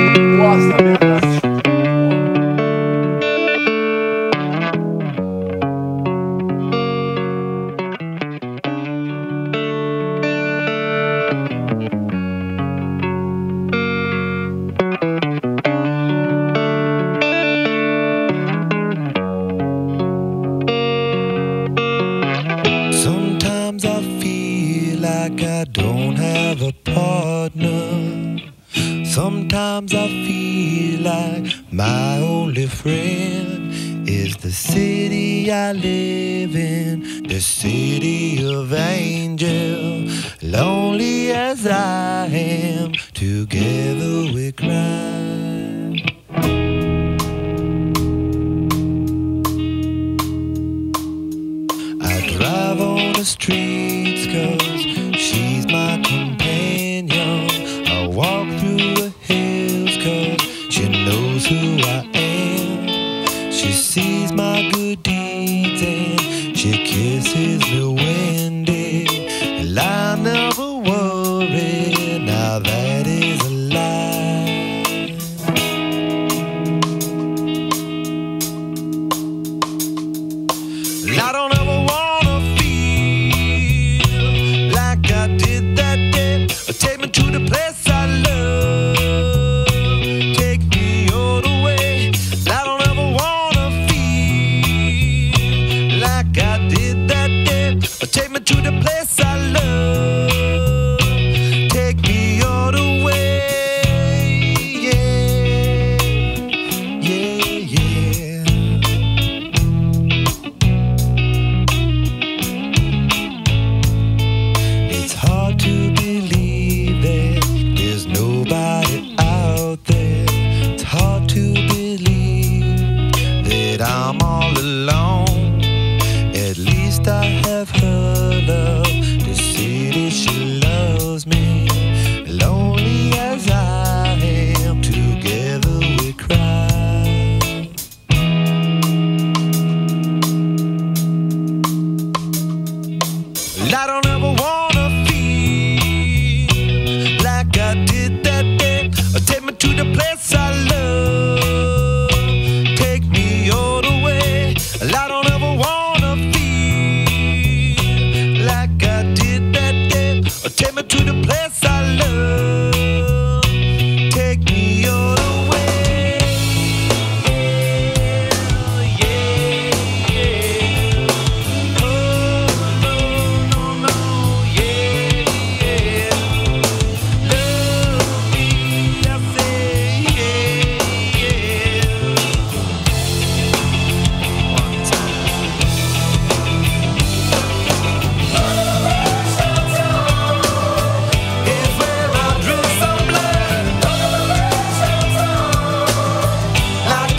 S10: Sometimes I feel like I don't have a partner. Sometimes I feel like my only friend is the city I live in, the city of angel. Lonely as I am, together we cry. I drive on the streets cause she's my companion. I walk through the hills cause she knows who I am. She sees my good deeds and she kisses the windy. And I never worry, now that is a lie. I don't ever wanna feel like I did that day. Take me to the place I love. Take me all the way. I don't ever wanna feel like I did that day. Take me to the place I love. Take me all the way. Yeah, yeah, yeah. It's hard to believe that there's nobody out there. It's hard to believe that I'm all alone. At least I have her love. The city she loves me. Lonely as I am, together we cry. I don't ever wanna feel like I did that day. Take me to the place I love. Take me all the way. I don't ever wanna feel like I did that day. Take me to the place I love. Take me all the way. Yeah, yeah.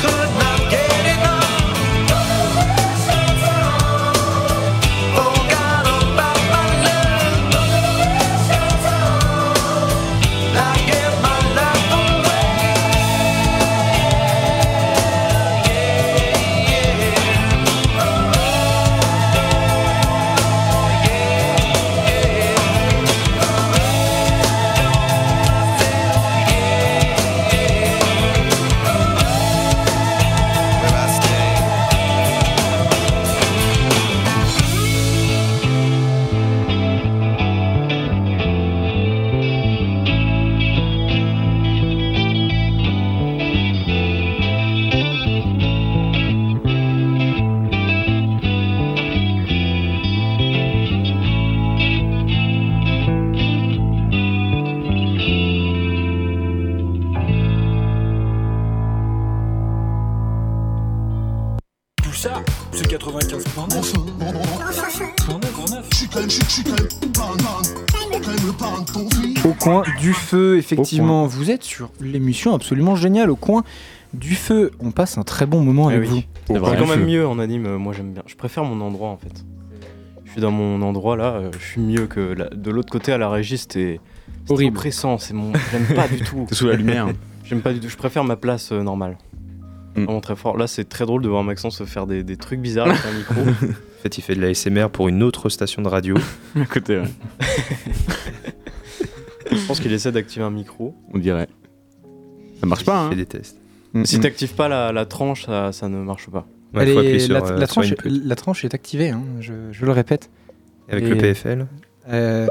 S10: Could not get enough. Forgot about my love. I gave my life away. Yeah, yeah. Oh, yeah, yeah. Where I stay.
S11: Tout ça, c'est 95 hein.
S3: Au coin du feu, effectivement. Vous êtes sur l'émission absolument géniale au coin Du feu, on passe un très bon moment
S5: Eh
S3: avec
S5: oui.
S3: vous.
S5: C'est vrai. quand même mieux en anime, euh, moi j'aime bien. Je préfère mon endroit en fait. Je suis dans mon endroit là, euh, je suis mieux que la- de l'autre côté à la régie, c'était c'était oppressant, c'est mon j'aime pas du tout.
S4: T'es [LAUGHS] sous la lumière.
S5: [LAUGHS]
S4: Mm.
S5: j'aime pas du tout, je préfère ma place euh, normale. Vraiment très fort. Là, c'est très drôle de voir Maxence se faire des, des trucs bizarres avec un micro.
S8: En fait, il fait de la SMR pour une autre station
S3: [LAUGHS]
S8: de radio.
S4: [LAUGHS] À côté, ouais.
S5: [LAUGHS] je pense qu'il essaie d'activer un micro.
S4: On dirait. Ça marche pas, hein. mm.
S8: Il fait des tests.
S5: Si t'actives pas la, la tranche, ça, ça ne marche pas.
S8: Ouais,
S3: Elle
S8: faut
S3: est-
S8: appuyer sur,
S3: la,
S8: euh,
S3: la
S8: sur
S3: tranche,
S8: input.
S3: la tranche est activée, hein, je, je le répète.
S8: Avec le PFL
S3: euh,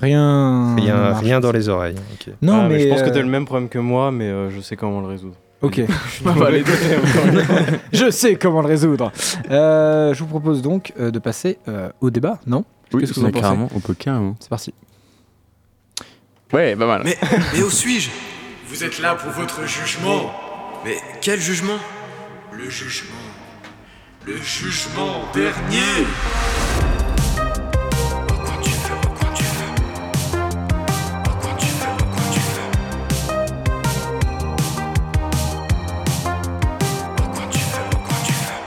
S3: Rien.
S8: Rien,
S3: marche.
S8: rien dans les oreilles. hein, ok.
S3: Mmh. Non,
S5: Ah,
S3: mais.
S5: je pense que
S3: euh,
S5: t'as le même problème que moi, mais euh, je sais comment le résoudre.
S3: Ok.
S5: [LAUGHS]
S3: Bah,
S5: Je suis tombé à côté [LAUGHS] encore.
S3: [LAUGHS] je sais comment le résoudre. Euh, je vous propose donc euh, de passer euh, au débat, non Qu'est-ce que vous en pensez
S4: On peut carrément.
S3: C'est parti.
S4: Ouais, pas mal.
S11: Mais, mais où suis-je Vous êtes là pour votre jugement. Mais quel jugement Le jugement. Le jugement dernier.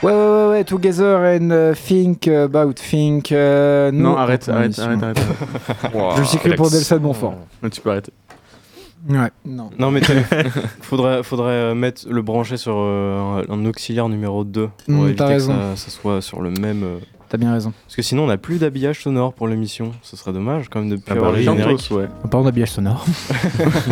S3: Ouais, ouais, ouais, ouais, together and euh, think about think. euh,
S4: Non,
S3: nous,
S4: arrête,
S3: en
S4: arrête,
S3: mission.
S4: arrête, arrête.
S3: Je suis que pour Delsa de Montfort.
S4: Non, tu peux arrêter.
S3: Ouais, non.
S5: Non,
S8: [LAUGHS]
S5: mais t'as- faudrait, faudrait euh, mettre le brancher sur euh, un, un auxiliaire numéro 2 pour
S3: Mm,
S5: éviter
S3: t'as
S5: que
S3: raison.
S5: ça, ça soit sur le même. euh,
S3: T'as bien raison.
S5: Parce que sinon, on n'a plus d'habillage sonore pour l'émission. Ce serait dommage quand même de ne plus
S4: Ah bah
S5: avoir
S4: oui.
S5: les génériques.
S4: Chantos, ouais.
S3: En parlant
S4: [LAUGHS]
S3: d'habillage sonore. [LAUGHS]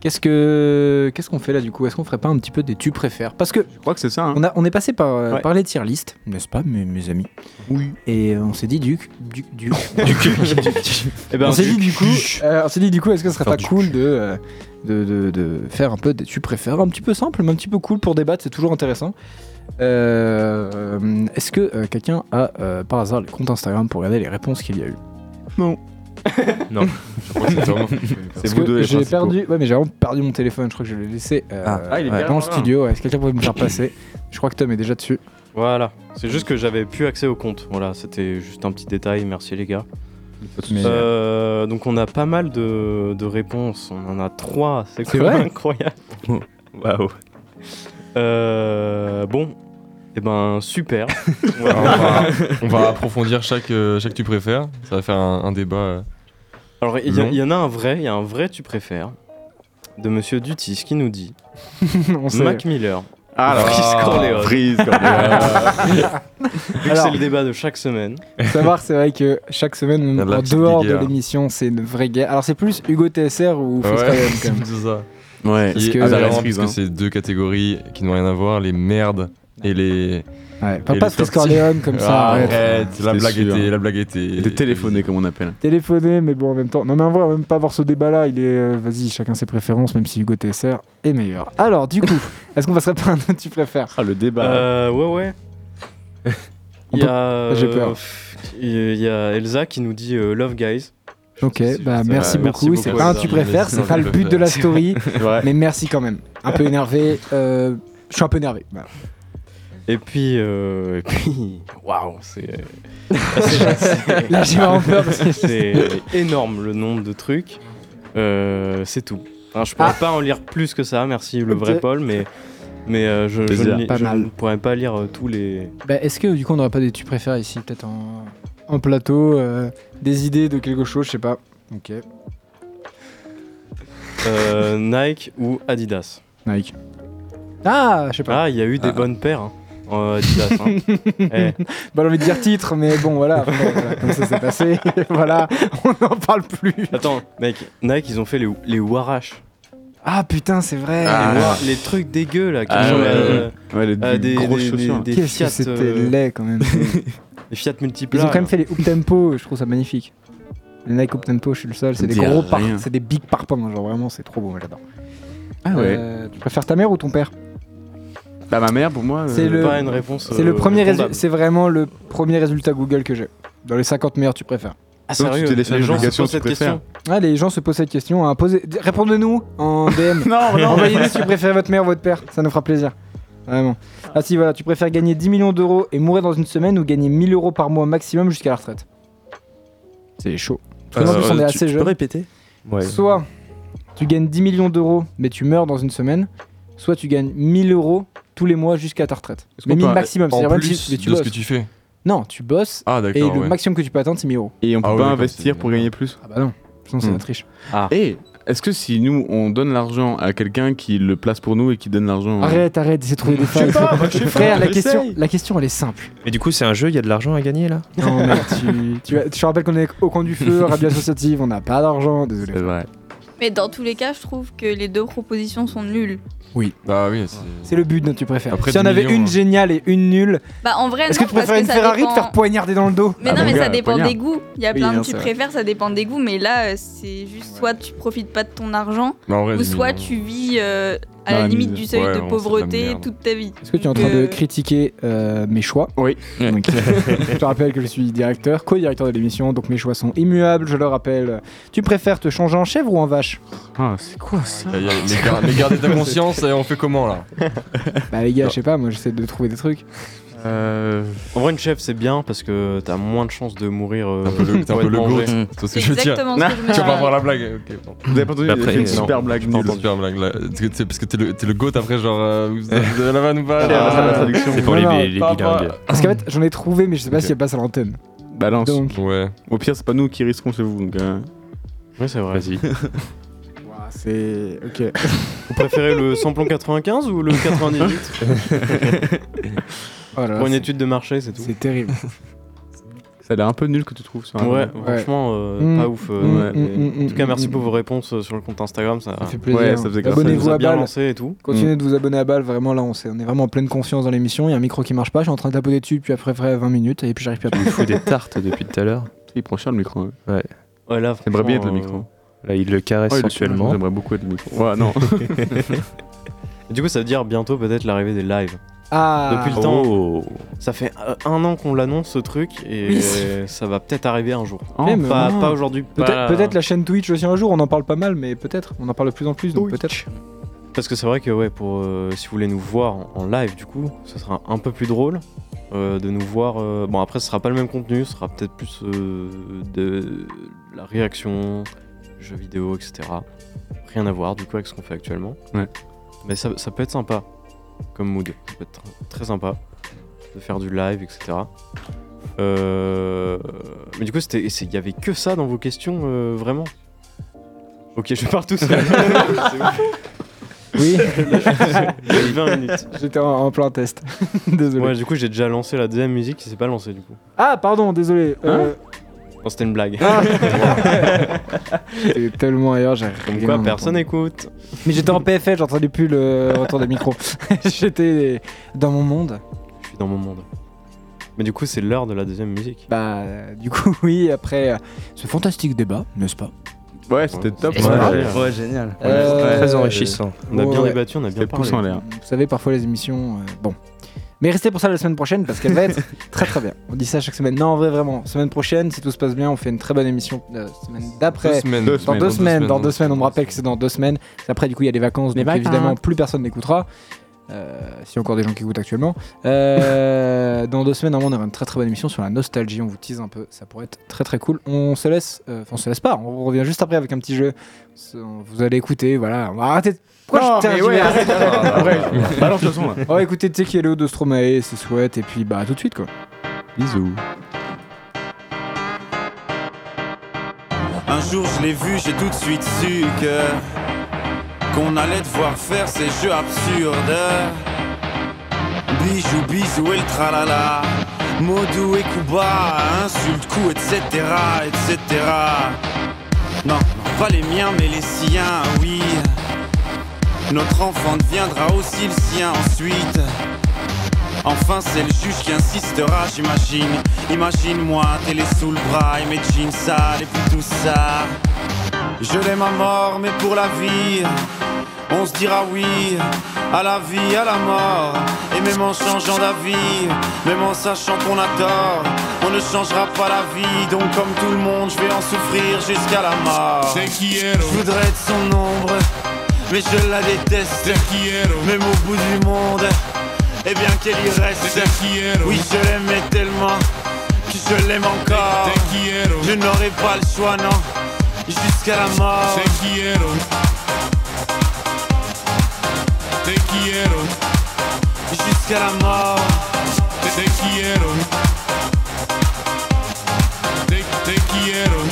S3: Qu'est-ce que qu'est-ce qu'on fait là du coup Est-ce qu'on ferait pas un petit peu des tu préfères Parce que
S4: Je crois que c'est ça. hein.
S3: on, a, on est passé par, euh,
S4: Ouais.
S3: par les tier list, n'est-ce pas, mes, mes amis Oui. Et euh, on s'est dit du du
S4: [LAUGHS]
S3: du. [LAUGHS]
S5: Eh ben,
S3: on s'est
S5: du-
S3: dit du coup, euh, on s'est dit du coup, est-ce que ce serait
S2: Faire
S3: pas
S2: du
S3: cool de, euh, de, de- de faire un peu des tu préfères, un petit peu simple, mais un petit peu cool pour débattre, c'est toujours intéressant. Euh, est-ce que euh, quelqu'un a euh, par hasard le compte Instagram pour regarder les réponses qu'il y a eu
S7: [LAUGHS]
S8: Non.
S7: Je crois que c'est toi.
S4: [LAUGHS] C'est
S3: Parce
S4: vous
S3: que
S4: deux les
S3: J'ai
S4: principaux.
S3: perdu, ouais, mais j'ai vraiment perdu mon téléphone. Je crois que je l'ai laissé euh,
S2: Ah.
S4: Ah, il est
S3: dans
S4: bien
S3: le
S4: là.
S3: studio. Est-ce que quelqu'un pourrait me faire passer Je crois que Tom est déjà dessus.
S5: Voilà. C'est juste que j'avais plus accès au compte. Voilà, c'était juste un petit détail. Merci les gars.
S3: Mais-
S5: Euh, donc, on a pas mal de, de réponses. On en a trois. C'est
S3: C'est
S5: quand même
S3: vrai
S5: incroyable.
S8: Waouh.
S5: Euh, bon. Eh ben, super. On va-
S7: Alors, [LAUGHS] on, va, on va approfondir chaque, euh, chaque tu préfères. Ça va faire un, un débat. euh.
S5: Alors, il y, a-
S7: Non.
S5: il y en a un vrai, il y a un vrai tu préfères de Monsieur Dutis qui
S7: [LAUGHS]
S5: nous dit
S3: On sait.
S5: Mac Miller.
S4: Ah là.
S5: Freeze Corleone.
S4: Freeze Corleone.
S5: [LAUGHS] Vu que
S3: Alors.
S5: c'est le débat de chaque semaine.
S3: Faut savoir, c'est vrai que chaque semaine,
S7: Il y a de la
S3: en
S7: petite
S3: dehors de
S7: guerre.
S3: l'émission, c'est une vraie guerre. Alors c'est plus Hugo TSR ou Fausse Royaume, quand
S7: c'est
S3: même.
S7: plutôt ça.
S4: Ouais,
S7: Qui
S3: que-
S7: est
S4: Ah, ça
S7: aberrant,
S4: reste
S7: parce
S4: Freeze,
S7: que
S4: hein.
S7: c'est deux catégories qui n'ont rien à voir les merdes et les.
S3: Ouais, pas
S7: Et
S3: pas
S7: les
S3: Fausse
S7: sorties.
S3: Corleone comme ça.
S7: Ah,
S3: arrête.
S7: la
S4: C'est
S7: blague,
S4: sûr.
S7: était, la blague était.
S4: T'es téléphoné, comme on appelle.
S3: Téléphoner, mais bon, en même temps. Non, mais en vrai, on va même pas avoir ce débat-là. Il est. euh, Vas-y, chacun ses préférences, même si Hugo TSR est meilleur. Alors, du coup, est-ce qu'on passerait pas un autre tu préfères
S4: Ah, le débat.
S5: Euh, ouais, ouais.
S3: On
S4: [LAUGHS]
S5: Il y a. euh,
S3: J'ai peur.
S5: Il y a Elsa qui nous dit euh, Love Guys.
S3: Ok,
S5: Je sais
S3: bah
S5: pas si
S3: merci
S5: ça-
S3: beaucoup.
S5: merci
S3: C'est
S5: beaucoup,
S3: pas un
S5: Elsa.
S3: tu préfères, c'est
S7: Merci,
S3: pas
S7: je
S3: le but de
S7: préfère.
S3: [LAUGHS] la story.
S4: Ouais.
S3: Mais merci quand même. Un peu énervé. euh, je suis un peu énervé. voilà.
S5: Et puis. euh, et puis. [LAUGHS] Waouh, c'est.
S3: [LAUGHS] Là, j'ai vraiment peur. parce que-
S5: [LAUGHS] C'est énorme le nombre de trucs. Euh, c'est tout. Alors, je pourrais pas en lire plus que ça, merci le
S3: Ah. Ok.
S5: vrai Paul, mais, mais euh, je, je,
S4: Plaisir.
S5: ne, lis-
S3: Pas
S5: je
S3: mal.
S5: ne pourrais pas lire euh, tous les.
S3: Bah, Est-ce que du coup, on n'aurait pas des tu préfères ici Peut-être en, en plateau euh, Des idées de quelque chose, je sais pas. Ok.
S5: euh, Nike ou Adidas.
S3: Nike. Ah, je sais pas.
S5: Ah, il y a eu des bonnes paires hein, en Adidas.
S3: [LAUGHS]
S5: hein. Eh,
S3: Bah, j'ai envie de dire titre, mais bon, voilà. après, voilà, comme ça, c'est passé. [LAUGHS] voilà, on n'en parle plus.
S5: Attends, mec, Nike, ils ont fait les, les Warash.
S3: Ah putain, c'est vrai.
S5: Les
S4: Ah.
S5: War- Les, trucs dégueux là, qui
S4: Ah,
S5: sont,
S4: ouais,
S5: euh,
S4: Ouais, les
S5: euh, des,
S4: des grosses
S5: des- des-
S4: chaussures.
S5: des
S3: Qu'est-ce
S5: Fiat,
S3: que c'était
S5: euh,
S3: laid quand même.
S5: [LAUGHS] des Fiat multiples.
S3: Ils ont quand même fait les up tempo, je trouve ça magnifique. Les Nike up tempo, je suis le seul.
S4: Ça
S3: C'est
S4: me
S3: des
S4: dit
S3: gros
S4: rien.
S3: parpaings, c'est des big parpaings. Genre vraiment, c'est trop beau, moi, j'adore.
S4: Ah ouais.
S3: Euh, tu préfères ta mère ou ton père
S4: Bah, ma mère, pour moi.
S3: C'est
S4: euh,
S3: le-
S5: pas une réponse.
S3: C'est
S5: euh,
S3: le premier résu-
S5: répondable.
S3: c'est vraiment le premier résultat Google que j'ai. Dans les 50 meilleurs, tu préfères.
S5: Ah,
S4: Donc, tu
S5: sérieux, les
S4: télécharges
S5: gens se
S4: l'application,
S5: posent
S4: tu
S5: cette
S4: préfères.
S5: question.
S3: Ah, les gens se posent cette question. hein. Posez- d- Répondez-nous en
S4: [LAUGHS]
S3: DM.
S4: Non, non,
S3: Envoyez-nous si tu préfères votre mère ou votre père. Ça nous fera plaisir. Vraiment. Ah si, voilà, tu préfères gagner 10 millions d'euros et mourir dans une semaine ou gagner 1000 euros par mois maximum jusqu'à la Ah, euh, retraite C'est chaud. Parce que moi, en plus, on est assez jeune.
S2: répéter
S8: Ouais.
S3: Soit tu gagnes 10 millions d'euros, mais tu meurs dans une semaine, soit tu gagnes 1000 euros tous les mois jusqu'à ta retraite.
S7: Est-ce
S3: Mais
S7: qu'on
S3: 1000
S7: peut-
S3: maximum,
S7: en
S3: c'est-à-dire même
S7: plus
S3: si mais tu
S7: de ce
S3: bosses.
S7: que tu fais.
S3: Non, tu bosses
S7: Ah,
S3: et
S7: d'accord.
S3: le
S7: ouais.
S3: maximum que tu peux atteindre, c'est 1000 euros.
S4: Et on peut
S7: Ah ouais,
S4: pas
S7: d'accord, Ah.
S4: investir pour gagner plus
S3: Ah bah non, sinon c'est
S4: Hmm.
S3: la triche.
S4: Et est-ce que si nous on donne l'argent à quelqu'un qui le place pour nous et qui donne l'argent. hein
S3: Arrête, arrête, c'est trouver des
S4: Je sais
S3: failles.
S4: pas, moi, je sais pas,
S3: Frère, la
S4: j'essaye.
S3: question, la question elle est simple.
S8: Mais du coup, c'est un jeu, il y a de l'argent à gagner là
S3: Non, [LAUGHS] mais
S4: [LAUGHS]
S3: tu, tu, vas- je te rappelle qu'on est au camp
S7: [LAUGHS]
S3: du feu, Rabia Associative, on n'a pas d'argent, désolé.
S4: C'est
S3: [LAUGHS]
S4: vrai.
S9: Mais dans tous les cas, je trouve que les deux propositions sont nulles.
S7: Bah oui,
S3: C'est le but, non, tu préfères.
S7: Après
S3: si on
S7: 10
S3: avait
S7: millions,
S3: une
S7: hein.
S3: géniale et une nulle,
S9: Bah en vrai,
S3: est-ce
S9: non,
S3: que tu préfères
S9: parce
S3: une
S9: ça
S3: Ferrari
S9: dépend-
S3: te faire poignarder dans le dos
S9: Mais
S4: Ah
S9: non,
S4: bah
S9: mais
S4: oui,
S9: ça
S4: euh,
S9: dépend
S4: poignard.
S9: des goûts. Il y a
S4: Oui,
S9: plein
S4: hein,
S9: de tu
S4: c'est vrai.
S9: préfères, ça dépend des goûts. Mais là, euh, c'est juste soit tu profites pas de ton argent,
S7: Mais en vrai,
S9: ou
S7: dix
S9: soit
S7: millions.
S9: tu vis euh, à
S4: Dans
S9: la
S4: la
S9: limite
S4: misère.
S9: du seuil
S7: Ouais,
S9: de
S7: on sait de la
S9: pauvreté
S7: merde.
S9: toute ta vie.
S3: Est-ce que tu es en train de
S9: Euh,
S3: critiquer euh, mes choix
S4: Oui.
S3: Donc, Je te rappelle que je suis directeur, co-directeur de l'émission, donc mes choix sont immuables, je le rappelle. Tu préfères te changer en chèvre ou en vache
S4: Ah, c'est quoi ça
S7: Aïe, aïe, Les gar- les garder ta conscience, et on fait comment là
S3: Bah les gars, je sais pas, moi j'essaie de trouver des trucs.
S5: Euh, En vrai, une chef, c'est bien parce que t'as moins de chances de mourir. euh,
S7: T'es un peu le, t'es un peu
S5: pour être
S7: le
S5: mangé.
S7: goat, c'est ce que je veux dire.
S9: Exactement ce que je me
S7: Tu vas pas voir
S9: dis.
S7: la blague Ok, bon.
S4: Vous avez pas entendu
S8: Bah,
S4: j'ai
S8: après,
S4: fait une
S8: non.
S4: super blague
S7: J'ai pas
S4: nulle.
S7: entendu la blague là. Parce que t'es- Parce que t'es le, t'es le goat après, genre. euh, vous avez vous avez la vanne ou pas
S4: Ah,
S7: genre,
S4: la
S7: euh,
S4: traduction.
S8: C'est pour les,
S3: Non, non,
S8: les
S7: pas-
S8: bilingues.
S3: Parce qu'en fait, j'en ai trouvé, mais je sais pas
S7: Ok.
S3: s'il y a pas à l'antenne.
S4: Balance.
S3: Donc,
S7: Ouais.
S4: Au pire, c'est pas nous qui risquons, c'est vous. Donc, euh,
S5: Oui, c'est vrai.
S8: Vas-y.
S3: [LAUGHS] ouah, c'est. Ok.
S5: Vous préférez le samplon 95 ou [LAUGHS] le 98
S3: [LAUGHS] Oh là là,
S5: Pour une
S3: c'est-
S5: étude de marché, c'est tout.
S3: c'est terrible.
S4: ça a l'air un peu nul que tu trouves. ça.
S5: Ouais, franchement, euh,
S3: Mm,
S5: pas ouf. euh,
S3: mm,
S5: ouais,
S3: mm,
S5: mais-
S3: mm,
S5: en tout cas,
S3: mm,
S5: merci
S3: mm.
S5: pour vos réponses euh, sur le compte Instagram. Ça,
S3: Ça fait
S4: Ouais,
S3: plaisir. Bah,
S4: ça faisait grâce à
S5: nous
S3: Abonnez-vous
S5: a
S3: à
S5: bien
S3: Balle.
S5: lancé et tout.
S4: Mmh.
S3: Continuez de vous abonner à Balle, vraiment là on, sait, on est vraiment en pleine conscience dans l'émission. Il y a un micro qui marche pas, je suis en train de tapoter dessus, puis après, après 20 minutes, et puis j'arrive plus à
S8: Il me fout des tartes depuis tout à l'heure.
S4: Il prend cher le micro. hein.
S5: Ouais, là,
S4: J'aimerais bien être le
S5: franchement,
S4: micro.
S8: Là, il le caresse
S4: Ouais, il est
S8: sensuellement.
S4: J'aimerais beaucoup être le micro. Ouais,
S3: [LAUGHS]
S4: non.
S5: euh, Du coup, ça veut dire bientôt peut-être l'arrivée des lives.
S3: Ah
S5: Depuis le temps,
S4: Oh.
S5: ça fait euh, un an qu'on l'annonce ce truc et euh, ça va peut-être arriver un jour.
S4: Oh,
S3: Eh, mais
S5: pas
S3: vraiment.
S5: pas aujourd'hui.
S3: Peut-être
S5: pas-
S3: peut-être la chaîne Twitch aussi un jour, on en parle pas mal, mais peut-être, on en parle de plus en plus, donc peut-être.
S5: Parce que c'est vrai que ouais, pour euh, si vous voulez nous voir en, en live, du coup, ce sera un peu plus drôle euh, de nous voir. euh, bon, après, ce sera pas le même contenu, ce sera peut-être plus euh, de la réaction, jeux vidéo, etc. Rien à voir du coup avec ce qu'on fait actuellement.
S4: Ouais.
S5: Mais ça, ça peut être sympa comme mood, ça peut être tr- très sympa de faire du live, etc. Euh, mais du coup, c'était, c'est- il y avait que ça dans vos questions, euh, vraiment. Ok, je pars tout seul. [LAUGHS]
S3: Oui, [LAUGHS]
S5: J'avais 20 minutes.
S3: j'étais en, en plein test. [LAUGHS] désolé.
S5: Ouais, du coup, j'ai déjà lancé la deuxième musique qui s'est pas lancée du coup.
S3: [LAUGHS] Ah, pardon, désolé. Euh,
S5: Hein Non, c'était une blague. [LAUGHS]
S3: T'es Ah. tellement ailleurs, j'ai
S5: Comme
S3: rien
S5: quoi,
S3: entendu.
S5: personne n'écoute.
S3: Mais j'étais en PFL, j'entendais plus le retour des
S5: [LAUGHS]
S3: micros. [LAUGHS] j'étais dans mon monde.
S5: Je suis dans mon monde. Mais du coup, c'est l'heure de la deuxième musique.
S3: Bah, euh, du coup, [LAUGHS] oui, après euh, ce fantastique débat, n'est-ce pas
S4: Ouais, c'était top. hein.
S3: Ouais.
S4: Ouais.
S2: Ouais, génial.
S3: Euh,
S8: Très enrichissant.
S5: On a
S3: ouais,
S5: bien
S3: ouais.
S5: débattu, on a bien
S4: C'était
S5: parlé.
S4: pouce en l'air.
S3: Vous savez, parfois les émissions, euh, bon. Mais restez pour ça la semaine prochaine parce qu'elle va
S5: [LAUGHS]
S3: être très très bien. On dit ça chaque semaine. Non, en vrai, vraiment. Semaine prochaine, si tout se passe bien, on fait une très bonne émission. La semaine d'après,
S7: semaines.
S4: Dans
S3: dans deux semaines, dans deux semaines, on me rappelle que c'est dans deux semaines. Après, du coup, il y a les vacances,
S4: Les
S3: donc évidemment, plus personne n'écoutera. Euh, S'il y a encore des gens qui écoutent actuellement. Euh, [LAUGHS] dans deux semaines, normalement, on aura une très très bonne émission sur la nostalgie. On vous tease un peu, ça pourrait être très très cool. On se laisse, euh, enfin, on se laisse pas, on revient juste après avec un petit jeu. Se- Vous allez écouter, voilà. On va arrêter. de- Pourquoi je- tiens, je vais arrêter [LAUGHS]
S4: Balance le son là.
S3: on va écouter Tekielo de Stromae, c'est souhaite, et puis bah à tout de suite quoi.
S4: Bisous.
S11: Un jour je l'ai vu, j'ai tout de suite su que qu'on allait devoir faire ces jeux absurdes. Bijou, bisou et le tralala. Modou et Kuba, insulte, coup, etc., etc. Non, non, pas les miens, mais les siens, oui. Notre enfant deviendra aussi le sien ensuite. Enfin, c'est le juge qui insistera, j'imagine. Imagine-moi, télé sous le bras et mes jeans sales et puis tout ça. Je l'aime à mort, mais pour la vie, on se dira oui à la vie, à la mort. Et même en changeant d'avis, même en sachant qu'on a tort, on ne changera pas la vie. Donc, comme tout le monde, je vais en souffrir jusqu'à la mort. Je voudrais être son ombre, mais je la déteste. Même au bout du monde, et Eh bien qu'elle y reste. Oui, je l'aimais tellement que je l'aime encore. Je n'aurais pas le choix, non. jusqu'à la mort.
S12: Te quiero. Te quiero.
S11: Jusqu'à la mort.
S12: Te quiero. Te, te quiero.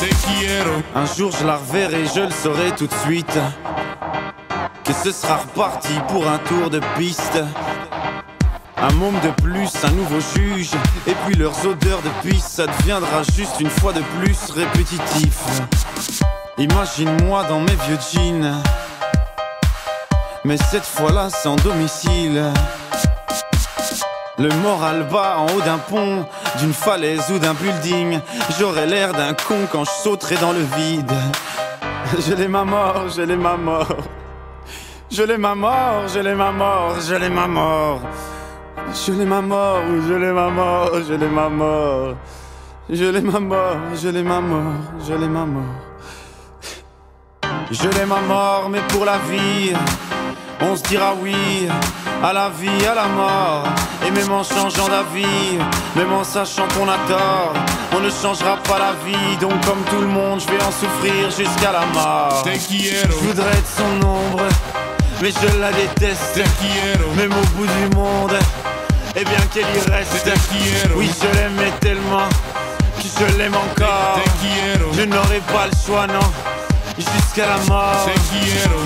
S12: Te quiero.
S11: Un jour je la reverrai, je le saurai tout de suite. Que ce sera reparti pour un tour de piste. Un môme de plus, un nouveau juge. Et puis leurs odeurs de pisse, ça deviendra juste une fois de plus répétitif. Imagine-moi dans mes vieux jeans. Mais cette fois-là, sans domicile. Le moral bas en haut d'un pont, d'une falaise ou d'un building. J'aurais l'air d'un con quand je sauterai dans le vide. Je l'ai ma mort, je l'ai ma mort. Je l'ai ma mort, je l'ai ma mort, je l'ai ma mort. Je l'ai ma mort, je l'ai ma mort, je l'ai ma mort. Je l'ai ma mort, je l'ai ma mort, je l'ai ma mort. Je l'ai ma mort, mais pour la vie, on se dira oui à la vie, à la mort. Et même en changeant d'avis, même en sachant qu'on a tort, on ne changera pas la vie. Donc, comme tout le monde, je vais en souffrir jusqu'à la mort.
S12: Te quiero.
S11: Je voudrais être son ombre, mais je la déteste. Même au bout du monde, et bien qu'elle y reste. Oui, je l'aimais tellement que je l'aime encore. Je n'aurai pas le choix, non, jusqu'à la mort.
S12: Te quiero.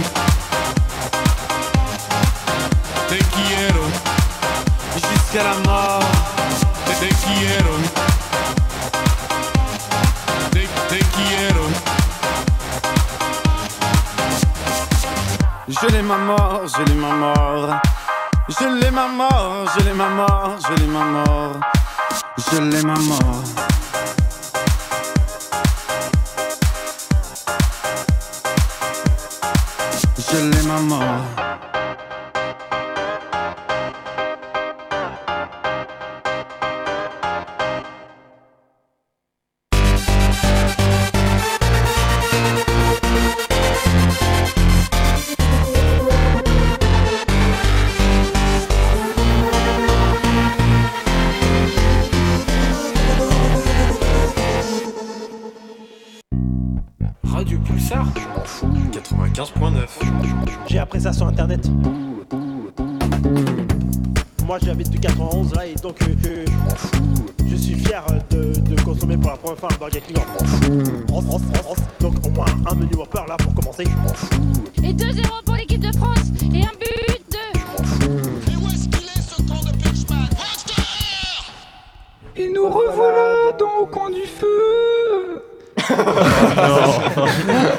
S12: Te quiero.
S11: Jusqu'à la mort.
S12: Te, te quiero. Te, te quiero.
S11: Je l'ai ma mort, je l'ai ma mort. Je l'ai ma mort, je l'ai ma mort, je l'ai ma mort. Je l'ai ma mort. Je l'ai ma mort.
S13: Radio Pulsar Je m'en fous. 95.9. J'ai appris ça sur internet. Moi j'habite du 91 là et donc euh, euh, je suis fier euh, de, de consommer pour la première fois un Burger King en France. France, France, France. Donc au moins un menu Whopper là pour commencer.
S14: Et 2-0 pour l'équipe de France et un but de.
S3: Et nous revoilà dans au coin du feu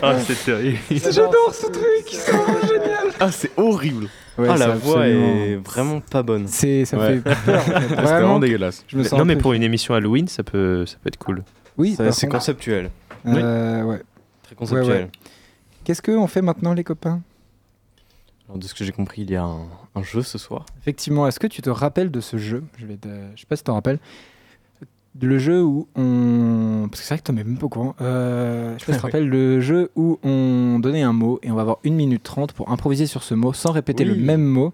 S8: Ah, c'est terrible.
S3: [LAUGHS] J'adore ce truc, c'est vraiment génial
S5: Ah, c'est horrible.
S8: Ouais,
S5: ah, la
S8: c'est
S5: voix est
S8: absolument-
S5: vraiment pas bonne.
S3: C'est, ça fait
S8: Ouais. [LAUGHS]
S5: [LAUGHS]
S3: peur. en fait.
S8: C'était
S3: Vraiment.
S8: vraiment dégueulasse.
S3: Je me
S8: Mais-
S3: sens
S8: non,
S3: un
S8: mais
S3: peu-
S8: pour une émission Halloween, ça peut, ça peut être cool.
S3: Oui, par
S5: c'est
S3: contre.
S5: conceptuel.
S3: Euh, ouais.
S5: Très conceptuel.
S3: Ouais, ouais. Qu'est-ce qu'on fait maintenant, les copains
S5: Alors, de ce que j'ai compris, il y a un, un jeu ce soir.
S3: Effectivement, est-ce que tu te rappelles de ce jeu Je vais te- je sais pas si tu t'en rappelles. Le jeu où on. Parce que c'est vrai que t'en es même pas au courant. Euh, je sais pas si tu te
S2: Oui.
S3: rappelles le jeu où on donnait un mot et on va avoir 1 minute 30 pour improviser sur ce mot sans répéter le
S2: Oui.
S3: même mot.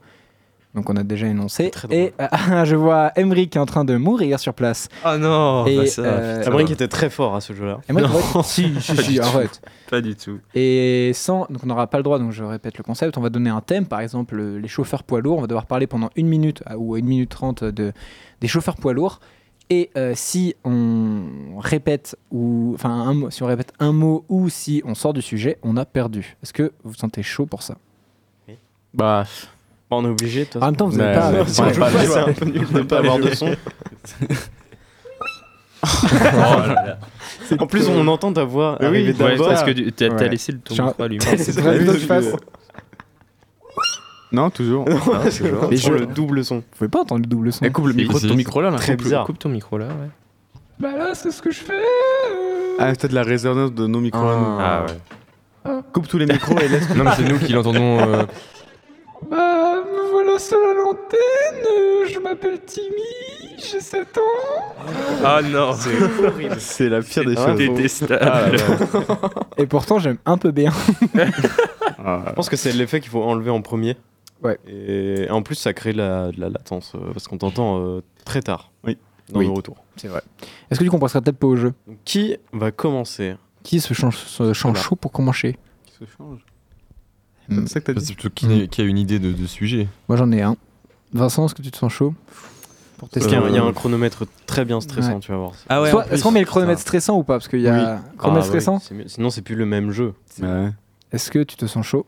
S3: Donc on a déjà énoncé.
S5: très drôle.
S3: Et [LAUGHS] ah, je vois Emery qui est en train de mourir sur place.
S8: Ah non
S3: Et,
S8: bah ça,
S3: euh,
S8: putain.
S5: Amric était très fort à ce jeu-là.
S3: Et moi,
S8: Non.
S3: ouais, si, si,
S8: [LAUGHS] Pas
S3: si,
S8: du tout.
S3: arrête.
S8: Pas du tout.
S3: Et sans, donc on n'aura pas le droit, donc je répète le concept, on va donner un thème, par exemple euh, les chauffeurs poids lourds, on va devoir parler pendant une minute à- ou une minute trente euh, de, des chauffeurs poids lourds. Et euh, si on répète ou enfin un mot- si on répète un mot ou si on sort du sujet, on a perdu. Est-ce que vous vous sentez chaud pour ça
S4: Bah,
S5: Bah, on est obligé. de toute
S3: En même temps, vous
S5: façon.
S3: n'avez pas-
S5: Ouais,
S3: [LAUGHS]
S5: ouais,
S3: vous
S5: si on
S3: n'avez
S5: joue
S3: pas
S5: pas,
S3: les
S5: c'est
S3: jouer.
S5: un peu nul de
S3: Vous
S5: ne pas
S3: n'avez
S5: avoir
S3: pas
S5: de
S3: les
S5: son.
S3: [LAUGHS]
S8: [LAUGHS]
S3: jouer.
S5: En plus, on entend ta voix
S8: Oh Oui,
S5: arriver
S8: ouais,
S5: d'abord.
S8: parce que tu- t'as- t'as
S5: Ouais.
S8: laissé le ton
S5: Tiens,
S8: micro allumé.
S5: c'est vrai,
S8: Ouais,
S5: faut que
S8: je-
S5: je fasse.
S4: Non, toujours.
S5: Non, toujours.
S4: Mais
S5: Sur
S4: je-
S5: le double son.
S3: Vous pouvez pas entendre le double son.
S4: Eh, coupe le micro de ton micro là, là.
S5: Très
S4: Coupe le-
S5: bizarre.
S4: coupe ton micro là, ouais.
S3: Bah là, c'est ce que je fais.
S4: Ah, peut-être la résonance de nos micros à nous.
S7: Ah
S4: ouais. Coupe tous les micros et laisse.
S7: Non, mais c'est nous qui l'entendons. euh,
S3: Bah, me voilà seul à l'antenne. Je m'appelle Timmy, j'ai 7 ans.
S8: Ah non C'est
S4: horrible. C'est la pire des
S8: C'est
S4: choses.
S8: détestable.
S4: Ah, ouais.
S3: [LAUGHS] Et pourtant, j'aime un
S4: [LAUGHS]
S3: peu bien.
S5: Je pense que c'est l'effet qu'il faut enlever en premier.
S3: Ouais.
S5: Et en plus, ça crée de la, de la latence euh, parce qu'on t'entend euh, très tard.
S4: Oui.
S5: dans
S3: Oui.
S5: nos retours.
S3: C'est vrai. Est-ce que du coup, on passerait peut-être pas au jeu
S5: Qui va commencer
S3: Qui se change, se change
S5: Voilà.
S3: chaud pour commencer
S4: Qui se change
S3: Hmm.
S4: ça que t'as
S7: C'est plutôt qui, qui a une idée de, de sujet.
S3: Moi, j'en ai un. Vincent, est-ce que tu te sens chaud pour
S5: Parce
S3: tester
S5: qu'il y a un- il y a
S7: Euh,
S5: un chronomètre très bien stressant,
S3: Ouais.
S5: tu vas voir.
S2: Ah ouais,
S3: Soit-
S2: en
S3: Est-ce qu'on met le chronomètre stressant ou pas Parce qu'il y a
S5: Ah
S3: chronomètre
S5: ouais,
S3: stressant.
S5: c'est mieux. Sinon, c'est plus le même jeu.
S3: Est-ce que tu te sens chaud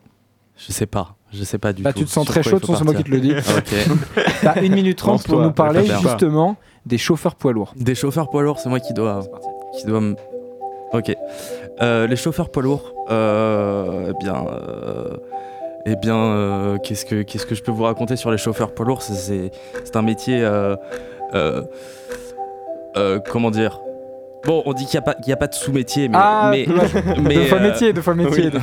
S2: Je sais pas. Je sais pas du
S3: Bah,
S2: tout.
S3: tu te sens
S2: sur
S3: très
S2: quoi
S3: chaud,
S2: il
S3: de
S2: faut
S3: toute façon, c'est moi qui te le dis.
S2: partir. [LAUGHS] Ok.
S3: [LAUGHS] T'as 1 minute 30 pour
S2: Lance-toi,
S3: nous parler
S2: je vais faire.
S3: justement des chauffeurs poids lourds.
S2: Des chauffeurs poids lourds, c'est moi qui dois. Qui dois me- ok. Euh, les chauffeurs poids lourds, euh, eh bien. euh, eh bien, euh, qu'est-ce que qu'est-ce que je peux vous raconter sur les chauffeurs poids lourds C'est- C'est c'est un métier. euh, euh, euh, comment dire Bon, on dit qu'il n'y a, pas- qu'il y a pas de sous-métier, mais.
S3: Ah,
S2: mais,
S3: deux
S2: mais,
S3: fois
S2: euh,
S3: métier, deux fois métier.
S2: oui.
S3: deux-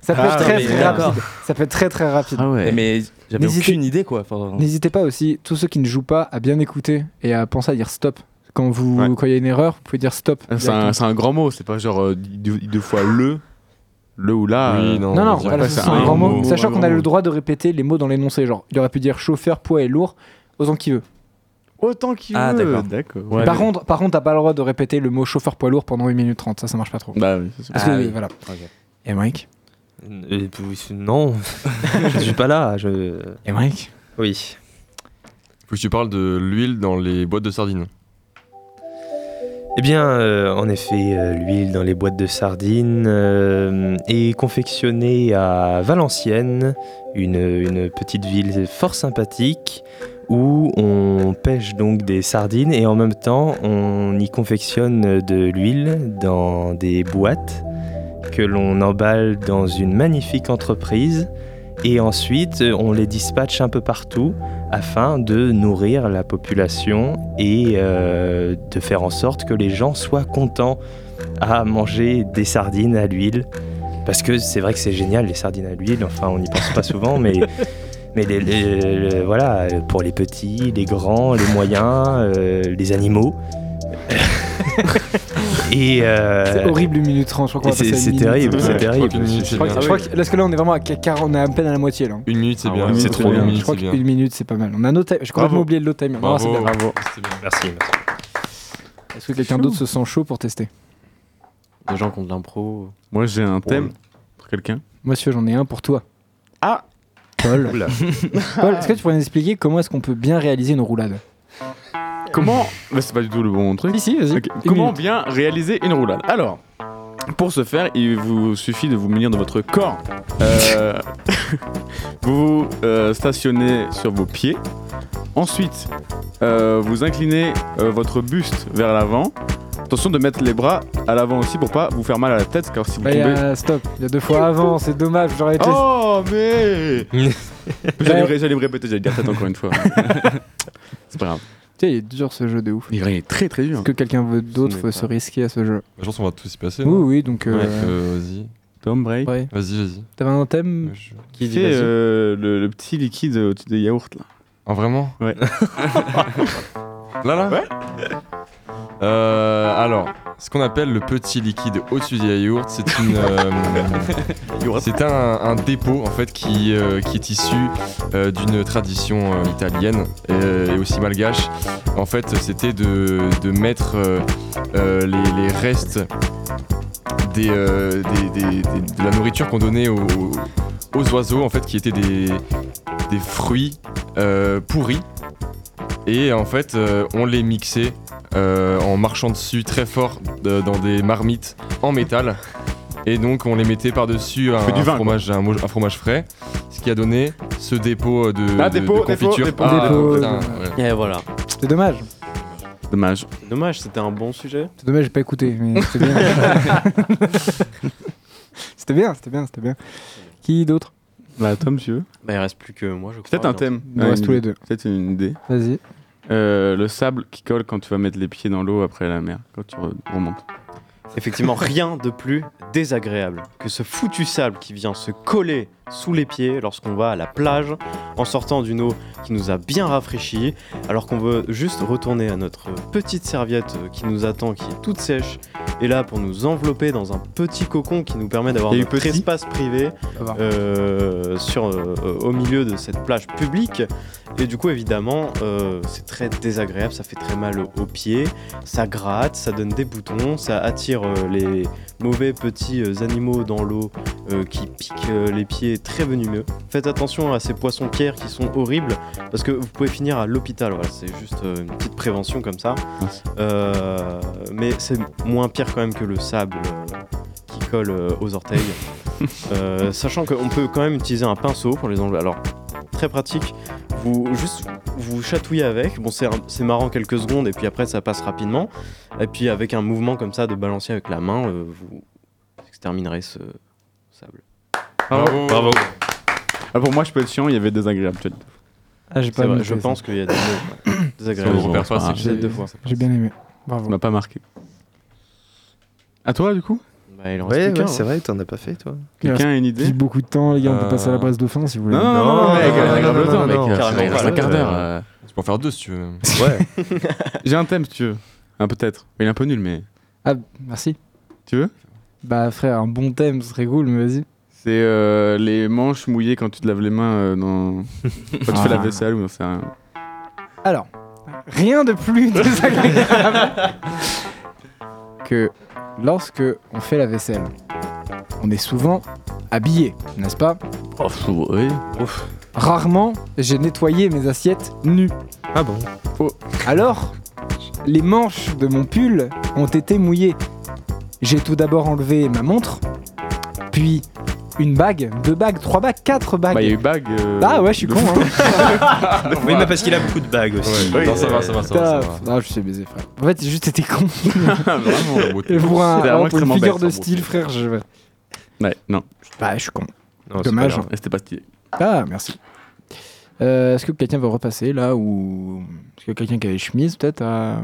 S3: Ça peut
S2: Ah,
S3: être très,
S2: mais
S3: très
S2: d'accord.
S3: rapide. Ça peut être très très rapide.
S5: Ah
S2: Mais j'avais
S3: N'hésitez-
S2: aucune idée, quoi. Enfin,
S3: N'hésitez pas aussi, tous ceux qui ne jouent pas, à bien écouter et à penser à dire stop. Quand vous quand il y a une erreur, vous pouvez dire stop.
S4: C'est un,
S3: directement.
S4: c'est un grand mot, c'est pas genre euh, deux, deux fois le, le ou la. euh,
S3: non, non,
S4: on dirait
S3: voilà,
S4: pas,
S3: ce sont des grands mots. Sachant
S4: un
S3: qu'on
S4: grand
S3: a le
S4: mot.
S3: droit de répéter les mots dans l'énoncé. Genre, il aurait pu dire chauffeur, poids et lourd, autant qu'il veut.
S4: Autant qu'il
S2: Ah,
S4: veut.
S2: d'accord.
S4: Ouais,
S3: par,
S4: mais-
S3: contre, par contre, t'as pas le droit de répéter le mot chauffeur poids lourd pendant 8 minutes 30. Ça, ça marche pas trop.
S4: Bah oui, ça, c'est
S3: Parce
S4: pas-
S3: que,
S4: Ah oui.
S3: voilà.
S4: Ok.
S3: Et Mike
S8: Et puis,
S3: [LAUGHS]
S8: Euh, non, je suis pas là. Je...
S3: Et Mike
S8: Oui.
S7: Faut que tu parles de l'huile dans les boîtes de sardines.
S8: Eh bien, euh, en effet, euh, l'huile dans les boîtes de sardines euh, est confectionnée à Valenciennes, une, une petite ville fort sympathique où on pêche donc des sardines et en même temps on y confectionne de l'huile dans des boîtes que l'on emballe dans une magnifique entreprise et ensuite euh, on les dispatche un peu partout afin de nourrir la population et euh, de faire en sorte que les gens soient contents à manger des sardines à l'huile. Parce que c'est vrai que c'est génial les sardines à l'huile, enfin on n'y pense pas souvent, mais, mais les- les- le- voilà, euh, pour les petits, les grands, les moyens, euh, les animaux. et euh,
S3: C'est horrible une minute 30. Je crois qu'on
S8: et
S3: va
S8: c'est-
S3: passer à une
S8: c'est
S3: minute.
S8: terrible,
S3: Ouais.
S8: c'est
S3: Je crois
S8: terrible.
S3: que- Je crois que- je crois que là, parce que là, on est vraiment à 40, on est à peine à la moitié là.
S7: Une minute, c'est
S8: Ah
S7: bien.
S8: ouais, c'est trop
S7: Une
S8: bien.
S7: minute,
S3: Je crois
S7: c'est
S3: qu'une
S7: bien.
S3: minute, c'est pas mal. On a notre j'ai complètement
S7: Bravo.
S3: oublié de l'autre timer. Non, c'est bien.
S7: Bravo.
S8: Merci, merci.
S3: Est-ce que quelqu'un d'autre se sent chaud pour tester
S5: Des gens qui ont de l'impro.
S4: Moi j'ai un thème pour quelqu'un.
S3: Monsieur, j'en ai un pour toi.
S4: Ah
S3: Paul. [LAUGHS] Paul, est-ce que tu pourrais nous expliquer comment est-ce qu'on peut bien réaliser une roulade
S4: Comment bah, C'est pas du tout le bon truc.
S3: Ici, vas-y.
S4: Ok.
S3: Une
S4: Comment
S3: minute.
S4: bien réaliser une roulade Alors, pour ce faire, il vous suffit de vous munir de votre corps. Euh, [LAUGHS] vous vous euh, stationnez sur vos pieds. Ensuite, euh, vous inclinez euh, votre buste vers l'avant. Attention de mettre les bras à l'avant aussi pour pas vous faire mal à la tête, car si vous
S3: Bah,
S4: tombez.
S3: il y a- stop, il y a deux fois avant, c'est dommage, j'aurais été.
S4: Oh, [LAUGHS] mais
S3: euh,
S4: J'allais me ré- j'allais me répéter, j'allais dire tête encore une
S3: [LAUGHS]
S4: fois. C'est pas grave.
S3: Tiens, il est dur ce jeu de ouf.
S4: Il est très très dur.
S3: Est-ce que quelqu'un veut d'autre
S7: n'est
S3: veut
S7: pas-
S3: se risquer à ce jeu
S7: Je pense qu'on va tous y passer.
S3: Oui,
S7: non
S3: oui, donc.
S7: Ouais,
S3: euh,
S7: euh, vas-y.
S4: Tom Break.
S3: ouais.
S7: Vas-y, vas-y.
S3: T'avais un thème
S4: Qui fait euh, le, le petit liquide au-dessus des yaourts là
S7: Ah, vraiment
S4: Ouais.
S7: [LAUGHS] Là, là Euh, alors, ce qu'on appelle le petit liquide au-dessus des yaourts, c'est une,
S4: [LAUGHS]
S7: euh, c'est un, un dépôt en fait qui, euh, qui est issu euh, d'une tradition euh, italienne euh, et aussi malgache. En fait, c'était de, de mettre euh, euh, les, les restes des, euh, des- des- des- de la nourriture qu'on donnait aux, aux oiseaux en fait, qui étaient des, des fruits euh, pourris et en fait, euh, on les mixait euh, en marchant dessus très fort de- dans des marmites en métal. Et donc, on les mettait par-dessus un,
S4: fait du vin,
S7: fromage, un, mo- un fromage frais, ce qui a donné ce dépôt euh, de,
S4: Ah,
S7: de-
S4: dépôt,
S7: de
S4: dépôt,
S7: confiture.
S4: dépôt.
S7: Ah,
S3: Dépôt.
S7: putain, ouais.
S5: Et voilà.
S3: C'est dommage.
S4: Dommage.
S5: Dommage, c'était un bon sujet.
S3: C'est dommage, j'ai pas écouté, mais c'était bien. c'était bien, c'était bien, c'était bien. Qui d'autre
S4: Bah, [LAUGHS] Tom, tu veux
S5: Bah, il reste plus que moi, je crois.
S4: Peut-être un
S5: non.
S4: thème.
S3: Il nous
S4: Ouais,
S3: reste
S4: une
S3: tous les
S4: idée.
S3: deux.
S4: Peut-être une idée.
S3: Vas-y.
S4: Euh, le sable qui colle quand tu vas mettre les pieds dans l'eau après la mer, quand tu re- remontes.
S5: Effectivement, rien de plus désagréable que ce foutu sable qui vient se coller sous les pieds lorsqu'on va à la plage en sortant d'une eau qui nous a bien rafraîchi, alors qu'on veut juste retourner à notre petite serviette euh, qui nous attend, qui est toute sèche, et là pour nous envelopper dans un petit cocon qui nous permet d'avoir
S4: Il y a eu
S5: notre
S4: petit
S5: espace privé
S3: Ça va.
S5: euh, sur, euh, au milieu de cette plage publique Et du coup, évidemment, euh, c'est très désagréable, ça fait très mal aux pieds, ça gratte, ça donne des boutons, ça attire euh, les mauvais petits euh, animaux dans l'eau euh, qui piquent euh, les pieds très venimeux. Faites attention à ces poissons-pierres qui sont horribles parce que vous pouvez finir à l'hôpital. Voilà, c'est juste euh, une petite prévention comme ça. Euh, mais c'est moins pire quand même que le sable euh, qui colle euh, aux orteils. Euh, sachant qu'on peut quand même utiliser un pinceau pour les enlever. Alors, très pratique. Vous juste vous chatouillez avec. Bon, c'est un- c'est marrant quelques secondes et puis après ça passe rapidement. Et puis avec un mouvement comme ça de balancier avec la main, euh, vous exterminerez ce sable.
S4: [LAUGHS] Bravo. Ah, pour moi, je peux être chiant, il y avait désagréable. tu vois.
S3: Ah, j'ai pas
S5: C'est vrai,
S3: noté
S5: je
S3: ça.
S5: pense qu'il y a des mots ouais,
S4: Si
S5: désagréables.
S4: on le repère pas, [COUGHS] c'est
S5: J'ai deux fois.
S3: J'ai bien aimé. Bravo.
S4: Ça m'a pas marqué. À toi, du coup
S5: Bah, il en
S8: Ouais, ouais,
S5: reste plus qu'un,
S8: c'est
S5: hein.
S8: vrai, t'en as pas fait, toi.
S4: Quelqu'un a une idée
S3: J'ai beaucoup de temps, les gars, on peut
S7: Euh,
S3: passer à la base de fin si vous voulez.
S4: Non, non, non, mec, elle a grave le temps, mec.
S7: carrément,
S4: Il reste
S7: pas.
S4: un quart d'heure.
S7: Euh, Tu peux en faire deux si tu veux.
S4: [LAUGHS] Ouais. J'ai un thème, si tu veux. Un peut-être. Il est un peu nul, mais.
S3: Ah, merci.
S4: Tu veux
S3: Bah, frère, un bon thème, ce serait cool, mais vas-y.
S4: C'est euh, les manches mouillées quand tu te laves les mains euh, dans. quand tu fais la
S3: Ah.
S4: vaisselle ou c'est un.
S3: Alors, rien de plus [LAUGHS] désagréable que lorsque on fait la vaisselle, on est souvent habillé, n'est-ce pas
S4: Oh, oui.
S3: Rarement, j'ai nettoyé mes assiettes nues. Oh.
S8: Ah bon
S3: Alors, les manches de mon pull ont été mouillées. J'ai tout d'abord enlevé ma montre, puis une bague, deux bagues, trois bagues, quatre bagues.
S4: Bah, il y a eu bague. euh,
S3: Ah ouais, je suis
S4: de
S3: con.
S4: fou.
S3: Hein.
S8: Oui, mais parce qu'il a beaucoup de bagues aussi.
S7: Ouais, non, ça va, ça va, ça va, ça va.
S3: Non, je sais baiser, frère. En fait, j'ai juste été
S4: [LAUGHS]
S3: con.
S4: Vraiment.
S3: Et pour, un,
S4: C'est vraiment
S3: alors, pour une
S4: extrêmement
S3: figure
S4: bête, hein,
S3: de
S4: ça,
S3: style, frère, je.
S4: Ouais, non.
S3: Bah, je suis con.
S8: Non, c'est
S3: Dommage.
S8: pas grave.
S4: Et C'était pas stylé.
S3: Ah, merci. Euh, Est-ce que quelqu'un veut repasser là ou. Est-ce que quelqu'un qui a les chemises peut-être à.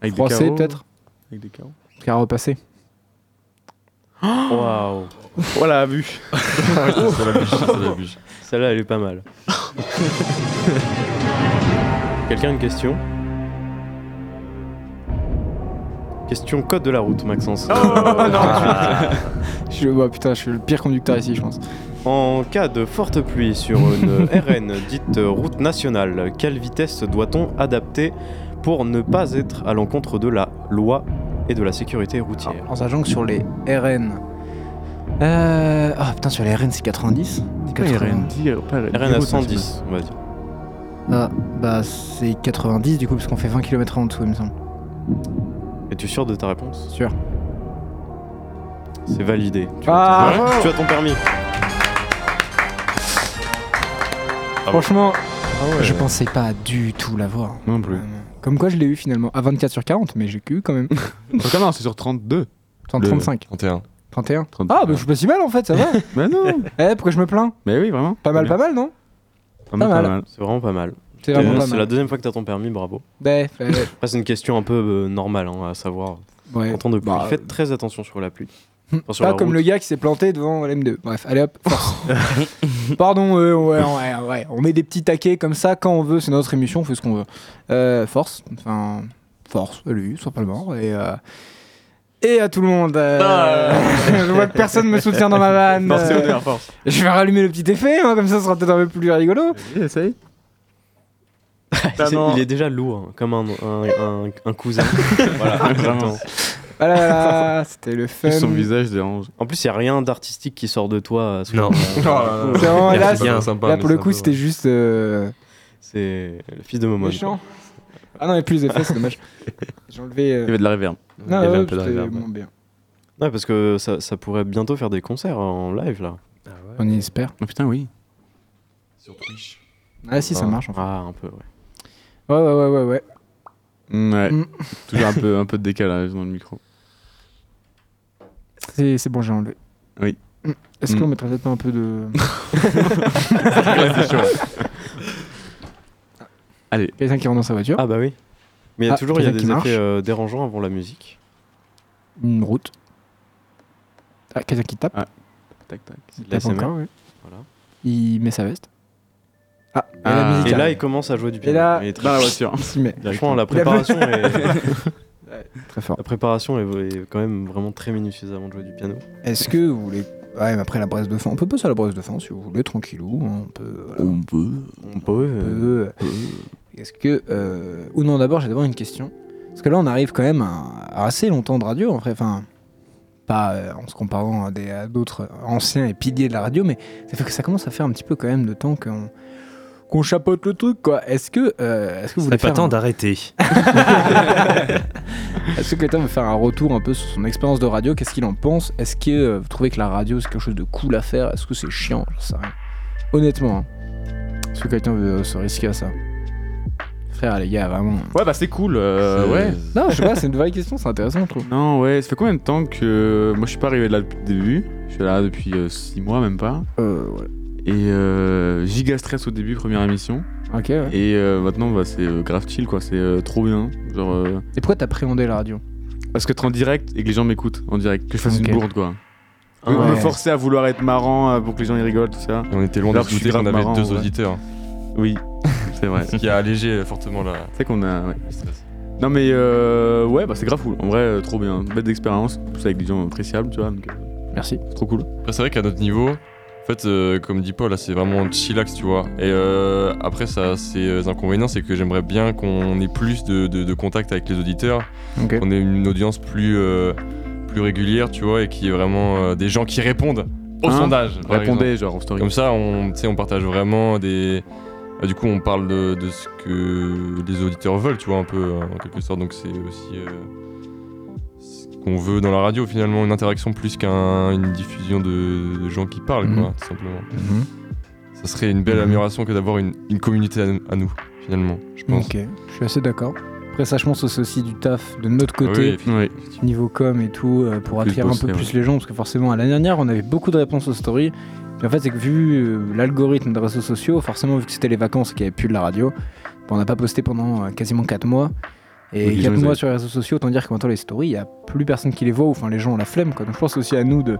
S4: Avec des
S3: froisser,
S4: carreaux.
S3: peut-être
S4: Avec des carreaux.
S3: Qui a repassé
S5: Waouh. Voilà, vu. [LAUGHS] Celle-là, elle est pas mal. Quelqu'un a une question Question code de la route, Maxence.
S3: Oh,
S5: [LAUGHS] Ah.
S3: Je vois, putain, je suis le pire conducteur ici, je pense.
S5: En cas de forte pluie
S3: [LAUGHS]
S5: sur une RN dite route nationale, quelle vitesse doit-on adapter pour ne pas être à l'encontre de la loi et de la sécurité routière
S3: En sachant que sur les RN. Euh... Oh putain, sur les RN c'est 90 euh,
S4: euh,
S5: RN à 110, on va dire.
S3: Ah, bah c'est 90 du coup, parce qu'on fait 20 km en dessous, il me semble.
S5: Es-tu sûr de ta réponse
S3: Sûr.
S5: C'est validé. Tu,
S3: Ah,
S5: as,
S3: bravo
S5: tu as ton permis.
S4: Ah
S3: Franchement,
S5: ouais.
S3: je pensais pas du tout l'avoir.
S4: Non plus.
S3: Comme quoi, je l'ai eu finalement. À 24 sur 40, mais j'ai eu
S4: [LAUGHS]
S3: quand même.
S4: Attends, non, c'est sur 32.
S3: Attends, 35.
S7: 31.
S3: 31. Ah, bah je suis pas si mal en fait, ça va.
S4: [LAUGHS] Mais non.
S3: [LAUGHS] eh, pourquoi je me plains
S4: Mais oui, vraiment.
S3: Pas mal, pas mal, non
S4: Pas mal,
S3: Pas
S4: pas
S3: mal.
S4: mal.
S5: C'est vraiment pas mal.
S3: C'est vraiment
S5: Euh,
S3: pas
S5: C'est
S3: mal. Ben,
S5: la deuxième fois que tu as ton permis, bravo.
S3: [LAUGHS] Ouais, ouais, ouais.
S5: Après, c'est une question un peu euh, normale hein, à savoir.
S3: Ouais.
S5: En temps de pluie,
S3: Bah, hum,
S5: faites très attention sur la pluie. Enfin, sur
S3: Pas
S5: la
S3: comme
S5: route.
S3: le gars qui s'est planté devant l'M2. Bref, allez hop,
S4: [LAUGHS]
S3: force. Pardon, euh, ouais, ouais, ouais, on met des petits taquets comme ça quand on veut, c'est notre émission, on fait ce qu'on veut. Euh, force, enfin, force, lui, simplement. Et, euh, et à tout le monde. euh, [LAUGHS] je vois que personne me soutient dans ma vanne.
S4: Ah. Force et
S3: euh,
S4: honneur, force.
S3: je vais rallumer le petit effet, hein, comme ça, ce sera peut-être un peu plus rigolo.
S4: Essaye.
S5: C'est- Ah, Il est déjà lourd, hein, comme un, un- un-
S4: [LAUGHS]
S5: un cousin. voilà,
S4: Vraiment.
S5: attends.
S3: Voilà, voilà, c'était le fun.
S4: Son visage dérange.
S5: En plus, il n'y a rien d'artistique qui sort de toi. à ce
S8: Non.
S5: moment-là.
S3: [LAUGHS] C'est vraiment,
S5: Il y a
S3: Oh, là,
S5: rien.
S3: c'est- là, pour le coup, c'était juste euh,
S5: C'est le fils de Momon.
S3: méchant. Ah non, il n'y a plus les effets, c'est dommage. [LAUGHS] J'ai enlevé. euh,
S4: Il y avait de la réverb.
S3: Non,
S8: Il y avait un
S3: ouais,
S8: peu de
S3: c'était
S8: réverb.
S3: moins bien.
S5: Ouais, parce que ça, ça pourrait bientôt faire des concerts euh, en live là.
S3: On y espère.
S4: Oh putain, oui.
S7: Sur Twitch.
S3: Ah si, ça
S5: Ah.
S3: marche en fait.
S5: Ah, un peu, ouais.
S3: Ouais, ouais, ouais, ouais, ouais.
S4: Mm, Ouais.
S3: Mm.
S4: Toujours un peu, un peu de décalage dans le micro.
S3: C'est, c'est bon, j'ai enlevé.
S4: Oui.
S3: Mm. Est-ce
S4: Mm.
S3: qu'on mettrait peut-être pas un peu [LAUGHS] de...
S4: Allez.
S3: Quelqu'un qui rentre dans sa voiture,
S5: Ah, bah oui. Mais il y a
S3: Ah,
S5: toujours il y a
S3: quelqu'un qui
S5: des
S3: marche.
S5: effets euh, dérangeants avant la musique.
S3: une route. Ah, quelqu'un qui tape,
S4: Ah, Tac, tac.
S3: il
S5: de
S3: tape
S5: l'ASMR.
S3: encore, ouais.
S5: Voilà.
S3: Il met sa veste. Ah, et
S4: Ah.
S3: la musique
S5: Et là, il
S3: arrive.
S5: commence à jouer du piano.
S3: là-
S5: Il est très-
S4: Dans la voiture.
S3: il s'y met.
S5: Franchement,
S3: Il
S5: la
S3: a pas-
S5: préparation est.
S3: Très fort.
S5: La préparation est, est quand même vraiment très minutieuse avant de jouer du piano.
S3: Est-ce que vous voulez Ouais, mais après la braise de fin, on peut passer à la braise de fin si vous voulez, tranquillou. hein, On peut. voilà.
S4: On peut.
S3: On peut. Est-ce que. euh, Ou non, d'abord, j'ai d'abord une question. Parce que là, on arrive quand même à, à assez longtemps de radio, en vrai. Enfin, pas euh, en se comparant à des- à d'autres anciens et piliers de la radio, mais ça fait que ça commence à faire un petit peu quand même de temps qu'on qu'on chapeaute le truc, quoi. Est-ce que, euh, est-ce que vous
S8: Ça
S3: voulez
S8: fait pas
S3: faire
S8: temps
S3: un-
S8: d'arrêter.
S3: Est-ce que quelqu'un veut faire un retour un peu sur son expérience de radio Qu'est-ce qu'il en pense Est-ce que euh, vous trouvez que la radio c'est quelque chose de cool à faire Est-ce que c'est chiant J'en sais rien. Honnêtement, hein. est-ce que quelqu'un veut euh, se risquer à ça Frère, les gars, vraiment.
S4: Ouais, bah c'est cool. euh, ouais.
S3: Non, je sais pas, c'est une vraie question, c'est intéressant, je trouve.
S4: Non, ouais, ça fait combien de temps que. Moi, je suis pas arrivé là depuis le début. Je suis là depuis 6 mois, même pas. Et euh, giga stress au début, première émission.
S3: Ok, ouais.
S4: Et euh, maintenant, bah, c'est euh, grave chill, quoi. C'est euh, trop bien. Genre. euh,
S3: Et pourquoi t'appréhendais la radio
S4: Parce que être en direct et que les gens m'écoutent en direct. Que je fasse
S3: Ok.
S4: une bourde, quoi.
S3: Ah
S4: Me-
S3: ouais.
S4: Me forcer à vouloir être marrant euh, pour que les gens ils rigolent, tout ça.
S7: Et on était loin de
S4: Alors
S7: se
S4: que je suis
S7: douter qu'on
S4: grave
S7: avait
S4: marrant,
S7: deux
S4: ouais.
S7: auditeurs.
S4: Oui, c'est
S7: [LAUGHS]
S4: vrai.
S7: Ce qui a allégé fortement la.
S4: C'est qu'on a. ouais. Non mais euh, ouais bah c'est grave cool en vrai euh, trop bien bête d'expérience en plus avec des gens appréciables tu vois donc, euh,
S3: merci
S4: c'est trop cool
S7: Après, c'est vrai qu'à notre niveau, en fait, euh, comme dit Paul, là, c'est vraiment chillax, tu vois. Et euh, après, ça a ses inconvénients, c'est que j'aimerais bien qu'on ait plus de, de, de contact avec les auditeurs,
S3: Ok.
S7: qu'on ait une audience plus, euh, plus régulière, tu vois, et qui est vraiment euh, des gens qui répondent au
S4: Hein
S7: sondage. par
S4: Répondez,
S7: exemple.
S4: genre, en story.
S7: Comme ça, on, tu sais, on partage vraiment des. euh, du coup, on parle de, de ce que les auditeurs veulent, tu vois, un peu, hein, en quelque sorte. Donc, c'est aussi. euh, ce qu'on veut dans la radio, finalement, une interaction plus qu'une diffusion de, de gens qui parlent,
S3: Mhm.
S7: quoi, tout simplement.
S3: Mhm.
S7: Ça serait une belle
S3: Mhm.
S7: amélioration que d'avoir une, une communauté à, à nous, finalement, je pense.
S3: Ok, je suis assez d'accord. Après, ça, je pense que c'est aussi du taf de notre côté,
S7: Oui, oui.
S3: niveau com et tout, euh, pour
S7: Plus
S3: attirer un
S7: bosser,
S3: peu
S7: ouais.
S3: plus les gens, parce que forcément, à l'année dernière, on avait beaucoup de réponses aux stories. Et en fait, c'est que vu euh, l'algorithme des réseaux sociaux, forcément, vu que c'était les vacances et qu'il n'y avait plus de la radio, bah, on n'a pas posté pendant euh, quasiment 4 mois.
S4: Oui,
S3: Et
S4: les gens, ils
S3: 4 mois
S4: avaient-
S3: sur les réseaux sociaux, autant dire que maintenant les stories, il n'y a plus personne qui les voit, ou enfin les gens ont la flemme. Quoi. Donc je pense aussi à nous de,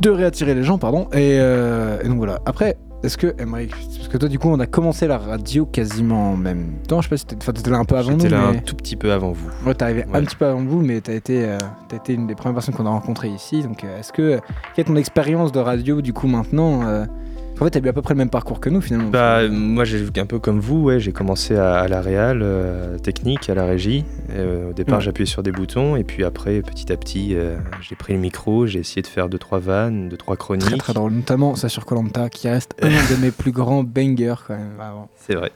S3: de réattirer les gens, pardon. Et, euh, et donc voilà. Après, est-ce que Emmerich, parce que toi du coup on a commencé la radio quasiment en même temps. Je sais pas si t'étais, enfin, t'étais là un peu avant nous,
S8: J'étais là un
S3: mais
S8: tout petit peu avant vous.
S3: ouais, t'es arrivé
S8: Ouais.
S3: un petit peu avant vous, mais t'as été, euh, t'as été une des premières personnes qu'on a rencontrées ici. Donc euh, est-ce que quelle est ton expérience de radio du coup maintenant euh, En fait, t'as eu à peu près le même parcours que nous finalement.
S8: Bah, euh, moi, j'ai un peu comme vous, ouais, j'ai commencé à, à la réal, euh, technique, à la régie. Euh, au départ,
S3: Ouais.
S8: j'appuyais sur des boutons, et puis après, petit à petit, euh, j'ai pris le micro, j'ai essayé de faire deux, trois vannes, deux, trois chroniques.
S3: Très très drôle, notamment ça sur Colanta qui reste
S8: [LAUGHS]
S3: un de mes plus grands bangers quand même. Vraiment.
S8: C'est vrai.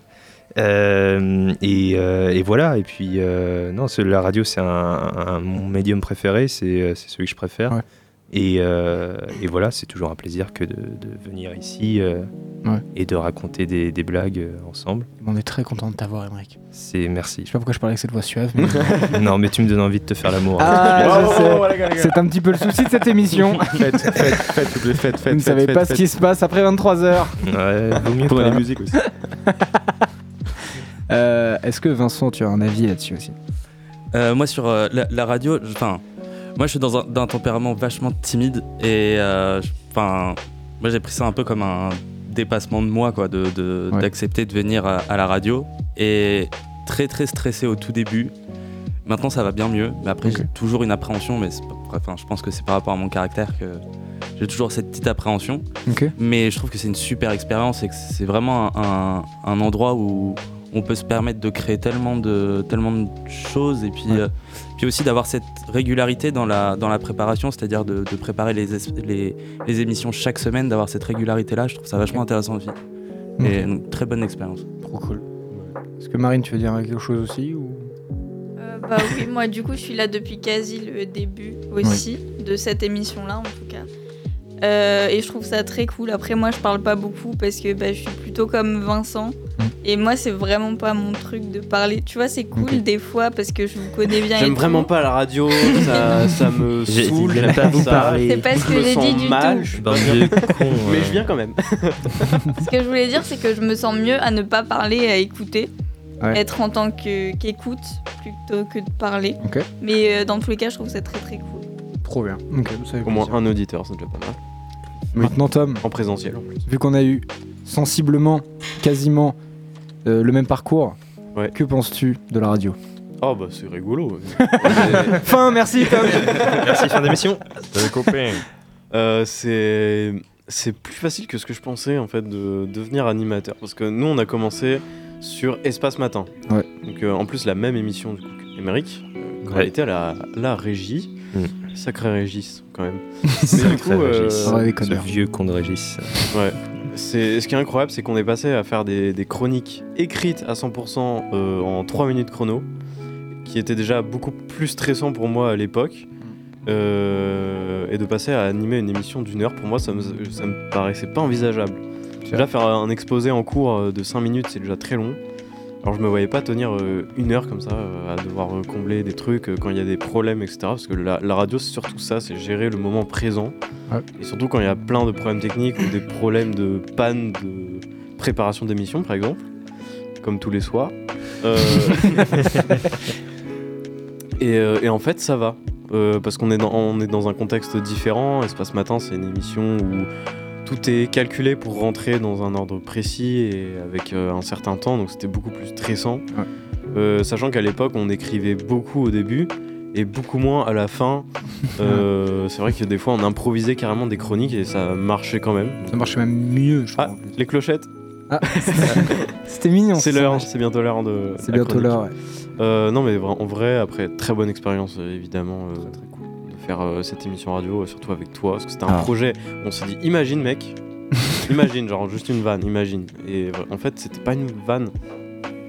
S8: Euh, et, euh, et voilà, et puis euh, non, c'est- la radio c'est un, un- mon médium préféré, c'est euh, c'est celui que je préfère. Et, euh, et voilà, c'est toujours un plaisir que de, de venir ici euh,
S3: Ouais.
S8: et de raconter des, des blagues euh, ensemble.
S3: On est très content de t'avoir, Emmerich.
S8: C'est merci.
S3: Je sais pas pourquoi je parlais avec cette voix suave. mais-
S8: [LAUGHS] non, mais tu me donnes envie de te faire l'amour. hein.
S4: oh,
S3: Ah, je sais.
S4: bravo, les gars, les gars.
S3: C'est un petit peu le souci de cette émission.
S4: [LAUGHS] faites faites faites s'il vous plaît faites
S3: Vous
S4: faites
S3: ne savez pas ce qui se passe après 23h.
S8: Ouais, vaut mieux
S4: pendant
S8: pas.
S4: les musiques aussi
S3: [LAUGHS] Euh, Est-ce que Vincent, tu as un avis là-dessus aussi
S2: Euh, moi sur euh, la, la radio, enfin, moi je suis dans un, d'un tempérament vachement timide et euh, je- enfin, moi j'ai pris ça un peu comme un dépassement de moi quoi, de, de-
S3: Ouais.
S2: d'accepter de venir à, à la radio et très très stressé au tout début. Maintenant ça va bien mieux, mais après j'ai toujours une appréhension, mais c'est pas- enfin, je pense que c'est par rapport à mon caractère que j'ai toujours cette petite appréhension.
S3: Ok.
S2: Mais je trouve que c'est une super expérience et que c'est vraiment un, un- un endroit où on peut se permettre de créer tellement de, tellement de choses et puis, euh, puis aussi d'avoir cette régularité dans la, dans la préparation, c'est-à-dire de, de préparer les, es- les, les émissions chaque semaine, d'avoir cette régularité-là, je trouve ça vachement intéressant aussi. Et
S3: Ok.
S2: donc, très bonne expérience.
S3: Trop cool. Est-ce que Marine, tu veux dire quelque chose aussi ou...
S9: Euh, bah oui, moi du coup je suis là depuis quasi le début aussi de cette émission-là en tout cas. Euh, et je trouve ça très cool. Après moi je parle pas beaucoup parce que bah, je suis plutôt comme Vincent. Et moi c'est vraiment pas mon truc de parler. Tu vois c'est cool des fois parce que je vous connais bien. et
S5: J'aime
S9: tout.
S5: vraiment pas la radio, ça, ça me
S8: J'ai-
S5: saoule.
S8: j'aime
S5: j'aime
S8: pas vous
S5: ça.
S8: parler. C'est pas ce
S5: Je
S8: que
S5: me
S9: j'ai
S5: sens
S9: dit du
S5: mal,
S9: tout.
S5: Je suis
S8: Bande
S5: pas bien.
S8: de cons,
S5: [LAUGHS] Mais
S8: ouais.
S5: je viens quand même.
S9: Ce que je voulais dire, c'est que je me sens mieux à ne pas parler et à écouter.
S3: Ouais.
S9: Être en tant que- qu'écoute plutôt que de parler.
S3: Ok.
S9: Mais euh, dans tous les cas, je trouve ça très très cool.
S3: Trop bien. Ok, ça fait
S5: Au moins
S3: plaisir.
S5: un auditeur, c'est déjà pas mal.
S3: Maintenant, Tom,
S5: En présentiel en plus.
S3: vu qu'on a eu sensiblement, quasiment euh, le même parcours, que penses-tu de la radio
S5: Oh bah c'est rigolo.
S3: [LAUGHS] Fin, merci Tom
S8: Merci, fin d'émission.
S5: copain. Euh, c'est c'est plus facile que ce que je pensais en fait de devenir animateur parce que nous on a commencé sur Espace Matin.
S3: Ouais.
S5: Donc euh, en plus la même émission du coup que Émeric, euh, quand
S8: Ouais.
S5: elle était à la, la régie. Sacré Régis quand même. Mais
S8: Sacré
S5: du coup, euh,
S8: Régis. Ce vieux con de Régis.
S5: Ouais. C'est, ce qui est incroyable, c'est qu'on est passé à faire des, des chroniques écrites à 100% euh, en 3 minutes chrono, qui était déjà beaucoup plus stressant pour moi à l'époque. Euh, et de passer à animer une émission d'une heure, pour moi, ça me, ça me paraissait pas envisageable. Déjà, faire un exposé en cours euh, de 5 minutes, c'est déjà très long. Alors, je me voyais pas tenir euh, une heure comme ça, euh, à devoir euh, combler des trucs euh, quand il y a des problèmes, etc. Parce que la, la radio, c'est surtout ça, c'est gérer le moment présent.
S3: Ouais.
S5: Et surtout quand il y a plein de problèmes techniques ou des problèmes de panne de préparation d'émission, par exemple, comme tous les soirs. Euh, [LAUGHS] et, euh, et en fait, ça va. Euh, parce qu'on est, dans- on est dans un contexte différent. Espace Matin, c'est une émission où tout est calculé pour rentrer dans un ordre précis et avec euh, un certain temps, donc c'était beaucoup plus stressant. Euh, sachant qu'à l'époque, on écrivait beaucoup au début et beaucoup moins à
S3: [LAUGHS]
S5: la fin. Euh, c'est vrai que des fois, on improvisait carrément des chroniques et ça marchait quand même.
S3: Ça marchait même mieux, je
S5: Ah, les clochettes [LAUGHS]
S3: Ah, c'était mignon.
S5: C'est l'heure, c'est bientôt l'heure de.
S3: C'est
S5: la
S3: bientôt
S5: chronique.
S3: l'heure, ouais.
S5: Euh, non, mais vra- en vrai, après, très bonne expérience, euh, évidemment, euh, de faire euh, cette émission radio, euh, surtout avec toi, parce que c'était un
S2: Ah.
S5: projet. On s'est dit,
S3: [LAUGHS]
S5: imagine, mec, imagine, genre juste une vanne, imagine. Et euh, en fait, c'était pas une vanne,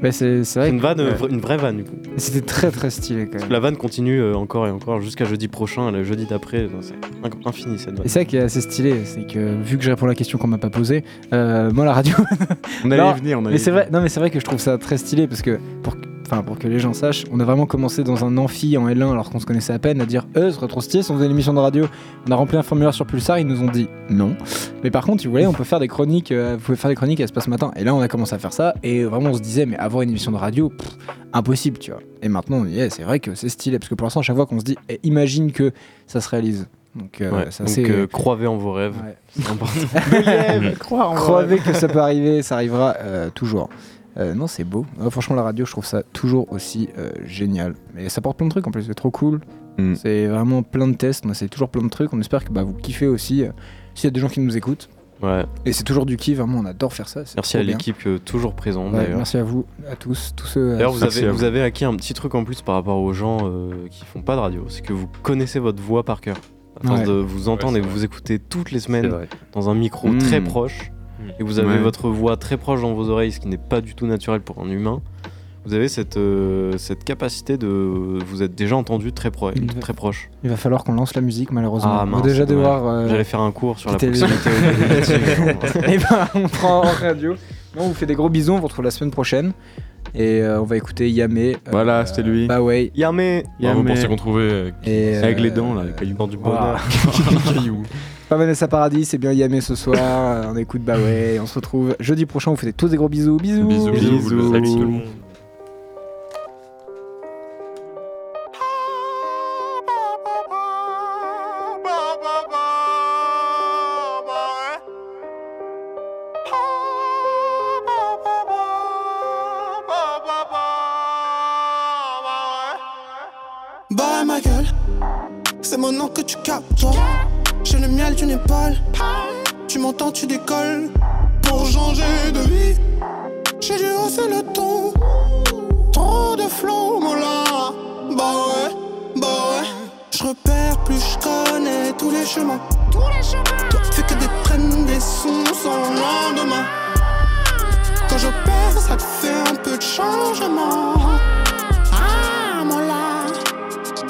S3: Mais c'est c'est vrai
S5: c'est une
S3: que-
S5: vanne, euh,
S3: ouais.
S5: vra- une vraie vanne du coup.
S3: C'était très très stylé quand même.
S5: La vanne continue euh, encore et encore jusqu'à jeudi prochain, le jeudi d'après, euh, c'est inc- infini cette vanne.
S3: Et ça qui est assez stylé, c'est que vu que je réponds à la question qu'on m'a pas posée, euh, moi la radio. [LAUGHS]
S4: On allait
S3: Non,
S4: y venir, on allait
S3: mais
S4: y
S3: c'est
S4: venir.
S3: vrai, non mais c'est vrai que je trouve ça très stylé parce que pour, enfin pour que les gens sachent, on a vraiment commencé dans un amphi en L1 alors qu'on se connaissait à peine à dire, euh, ce serait trop stylé si on faisait une émission de radio. On a rempli un formulaire sur Pulsar, ils nous ont dit non. Mais par contre, si vous voulez, on peut faire des chroniques, euh, vous pouvez faire des chroniques à Espace Matin. Et là, on a commencé à faire ça et vraiment on se disait mais avoir une émission de radio, pff, impossible, tu vois. Et maintenant, on y est, c'est vrai que c'est stylé parce que pour l'instant, à chaque fois qu'on se dit, eh, imagine que ça se réalise. Donc, euh,
S5: Ouais,
S3: c'est
S5: donc,
S3: assez-
S5: euh,
S3: [LAUGHS]
S5: croyez en vos rêves, c'est important.
S3: croire
S4: en
S3: Croyez
S4: rêve.
S3: que ça peut arriver, ça arrivera euh, toujours. Euh, non, c'est beau. Euh, franchement, la radio, je trouve ça toujours aussi euh, génial. Mais ça porte plein de trucs en plus, c'est trop cool.
S5: Mm.
S3: C'est vraiment plein de tests, on essaie toujours plein de trucs. On espère que bah, vous kiffez aussi. euh, S'il y a des gens qui nous écoutent.
S5: Ouais.
S3: Et c'est toujours du kiff, vraiment, on adore faire ça. c'est
S5: Merci
S3: trop
S5: à
S3: bien.
S5: l'équipe euh, toujours présente
S3: Ouais,
S5: d'ailleurs.
S3: merci à vous, à tous, tous ceux. à-
S5: D'ailleurs, vous avez, vous avez acquis un petit truc en plus par rapport aux gens euh, qui font pas de radio, c'est que vous connaissez votre voix par cœur. À force
S3: Ouais.
S5: de vous entendre et vous écouter toutes les
S8: C'est
S5: semaines
S8: vrai.
S5: dans un micro
S8: Mmh.
S3: Hmm.
S5: très proche, et vous avez
S8: Ouais.
S5: votre voix très proche dans vos oreilles, ce qui n'est pas du tout naturel pour un humain, vous avez cette, euh, cette capacité de. Vous êtes déjà entendu très, pro-
S3: Il va-
S5: très proche.
S3: Il va falloir qu'on lance la musique, malheureusement.
S5: Ah,
S3: On va
S5: mince,
S3: déjà
S5: c'est dommage.
S3: devoir. euh,
S5: J'allais faire un cours sur la
S3: quitter les-
S5: proximité
S7: [LAUGHS]
S5: auditive.
S3: Eh ben, on prend en radio. Non, on vous fait des gros bisous. On vous retrouve la semaine prochaine. Et euh, on va écouter Yamé.
S4: Voilà, c'était lui.
S3: Bah ouais.
S5: Yamé
S7: Bravo pour ceux qu'on trouvait. euh,
S3: Et, euh,
S4: Avec les dents, là, les cailloux.
S3: [LAUGHS]
S5: du
S3: bonheur. Pas Vanessa Paradis, c'est bien Yamé ce soir. Euh, on écoute Bah ouais. On se retrouve jeudi prochain. On vous fait tous des gros bisous. Bisous.
S7: Bisous, bisous, bisous. Salut tout le monde.
S15: Bah ma gueule, c'est mon nom que tu captes. toi. J'ai le miel du Népal. Tu m'entends, tu décolles. Pour changer de vie, j'ai dû hausser le ton. Trop de flots, là. Bah ouais, bah ouais. Je repère plus, je connais tous les chemins. Tous les chemins. Fais que des traînes, des sons sans lendemain. Quand je perds, ça te fait un peu de changement. Ah, mon là.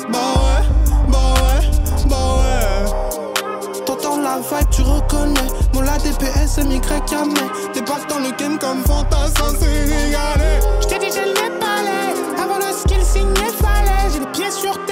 S15: Bah ouais, bah ouais, bah ouais. T'entends la vibe, tu reconnais. Mon la DPS, MY, Yamé. Débarque dans le game comme fantassin sénégalais. J't'ai dit, je l'ai palais. Avant le skill signé, fallait. J'ai les pieds sur terre. Bah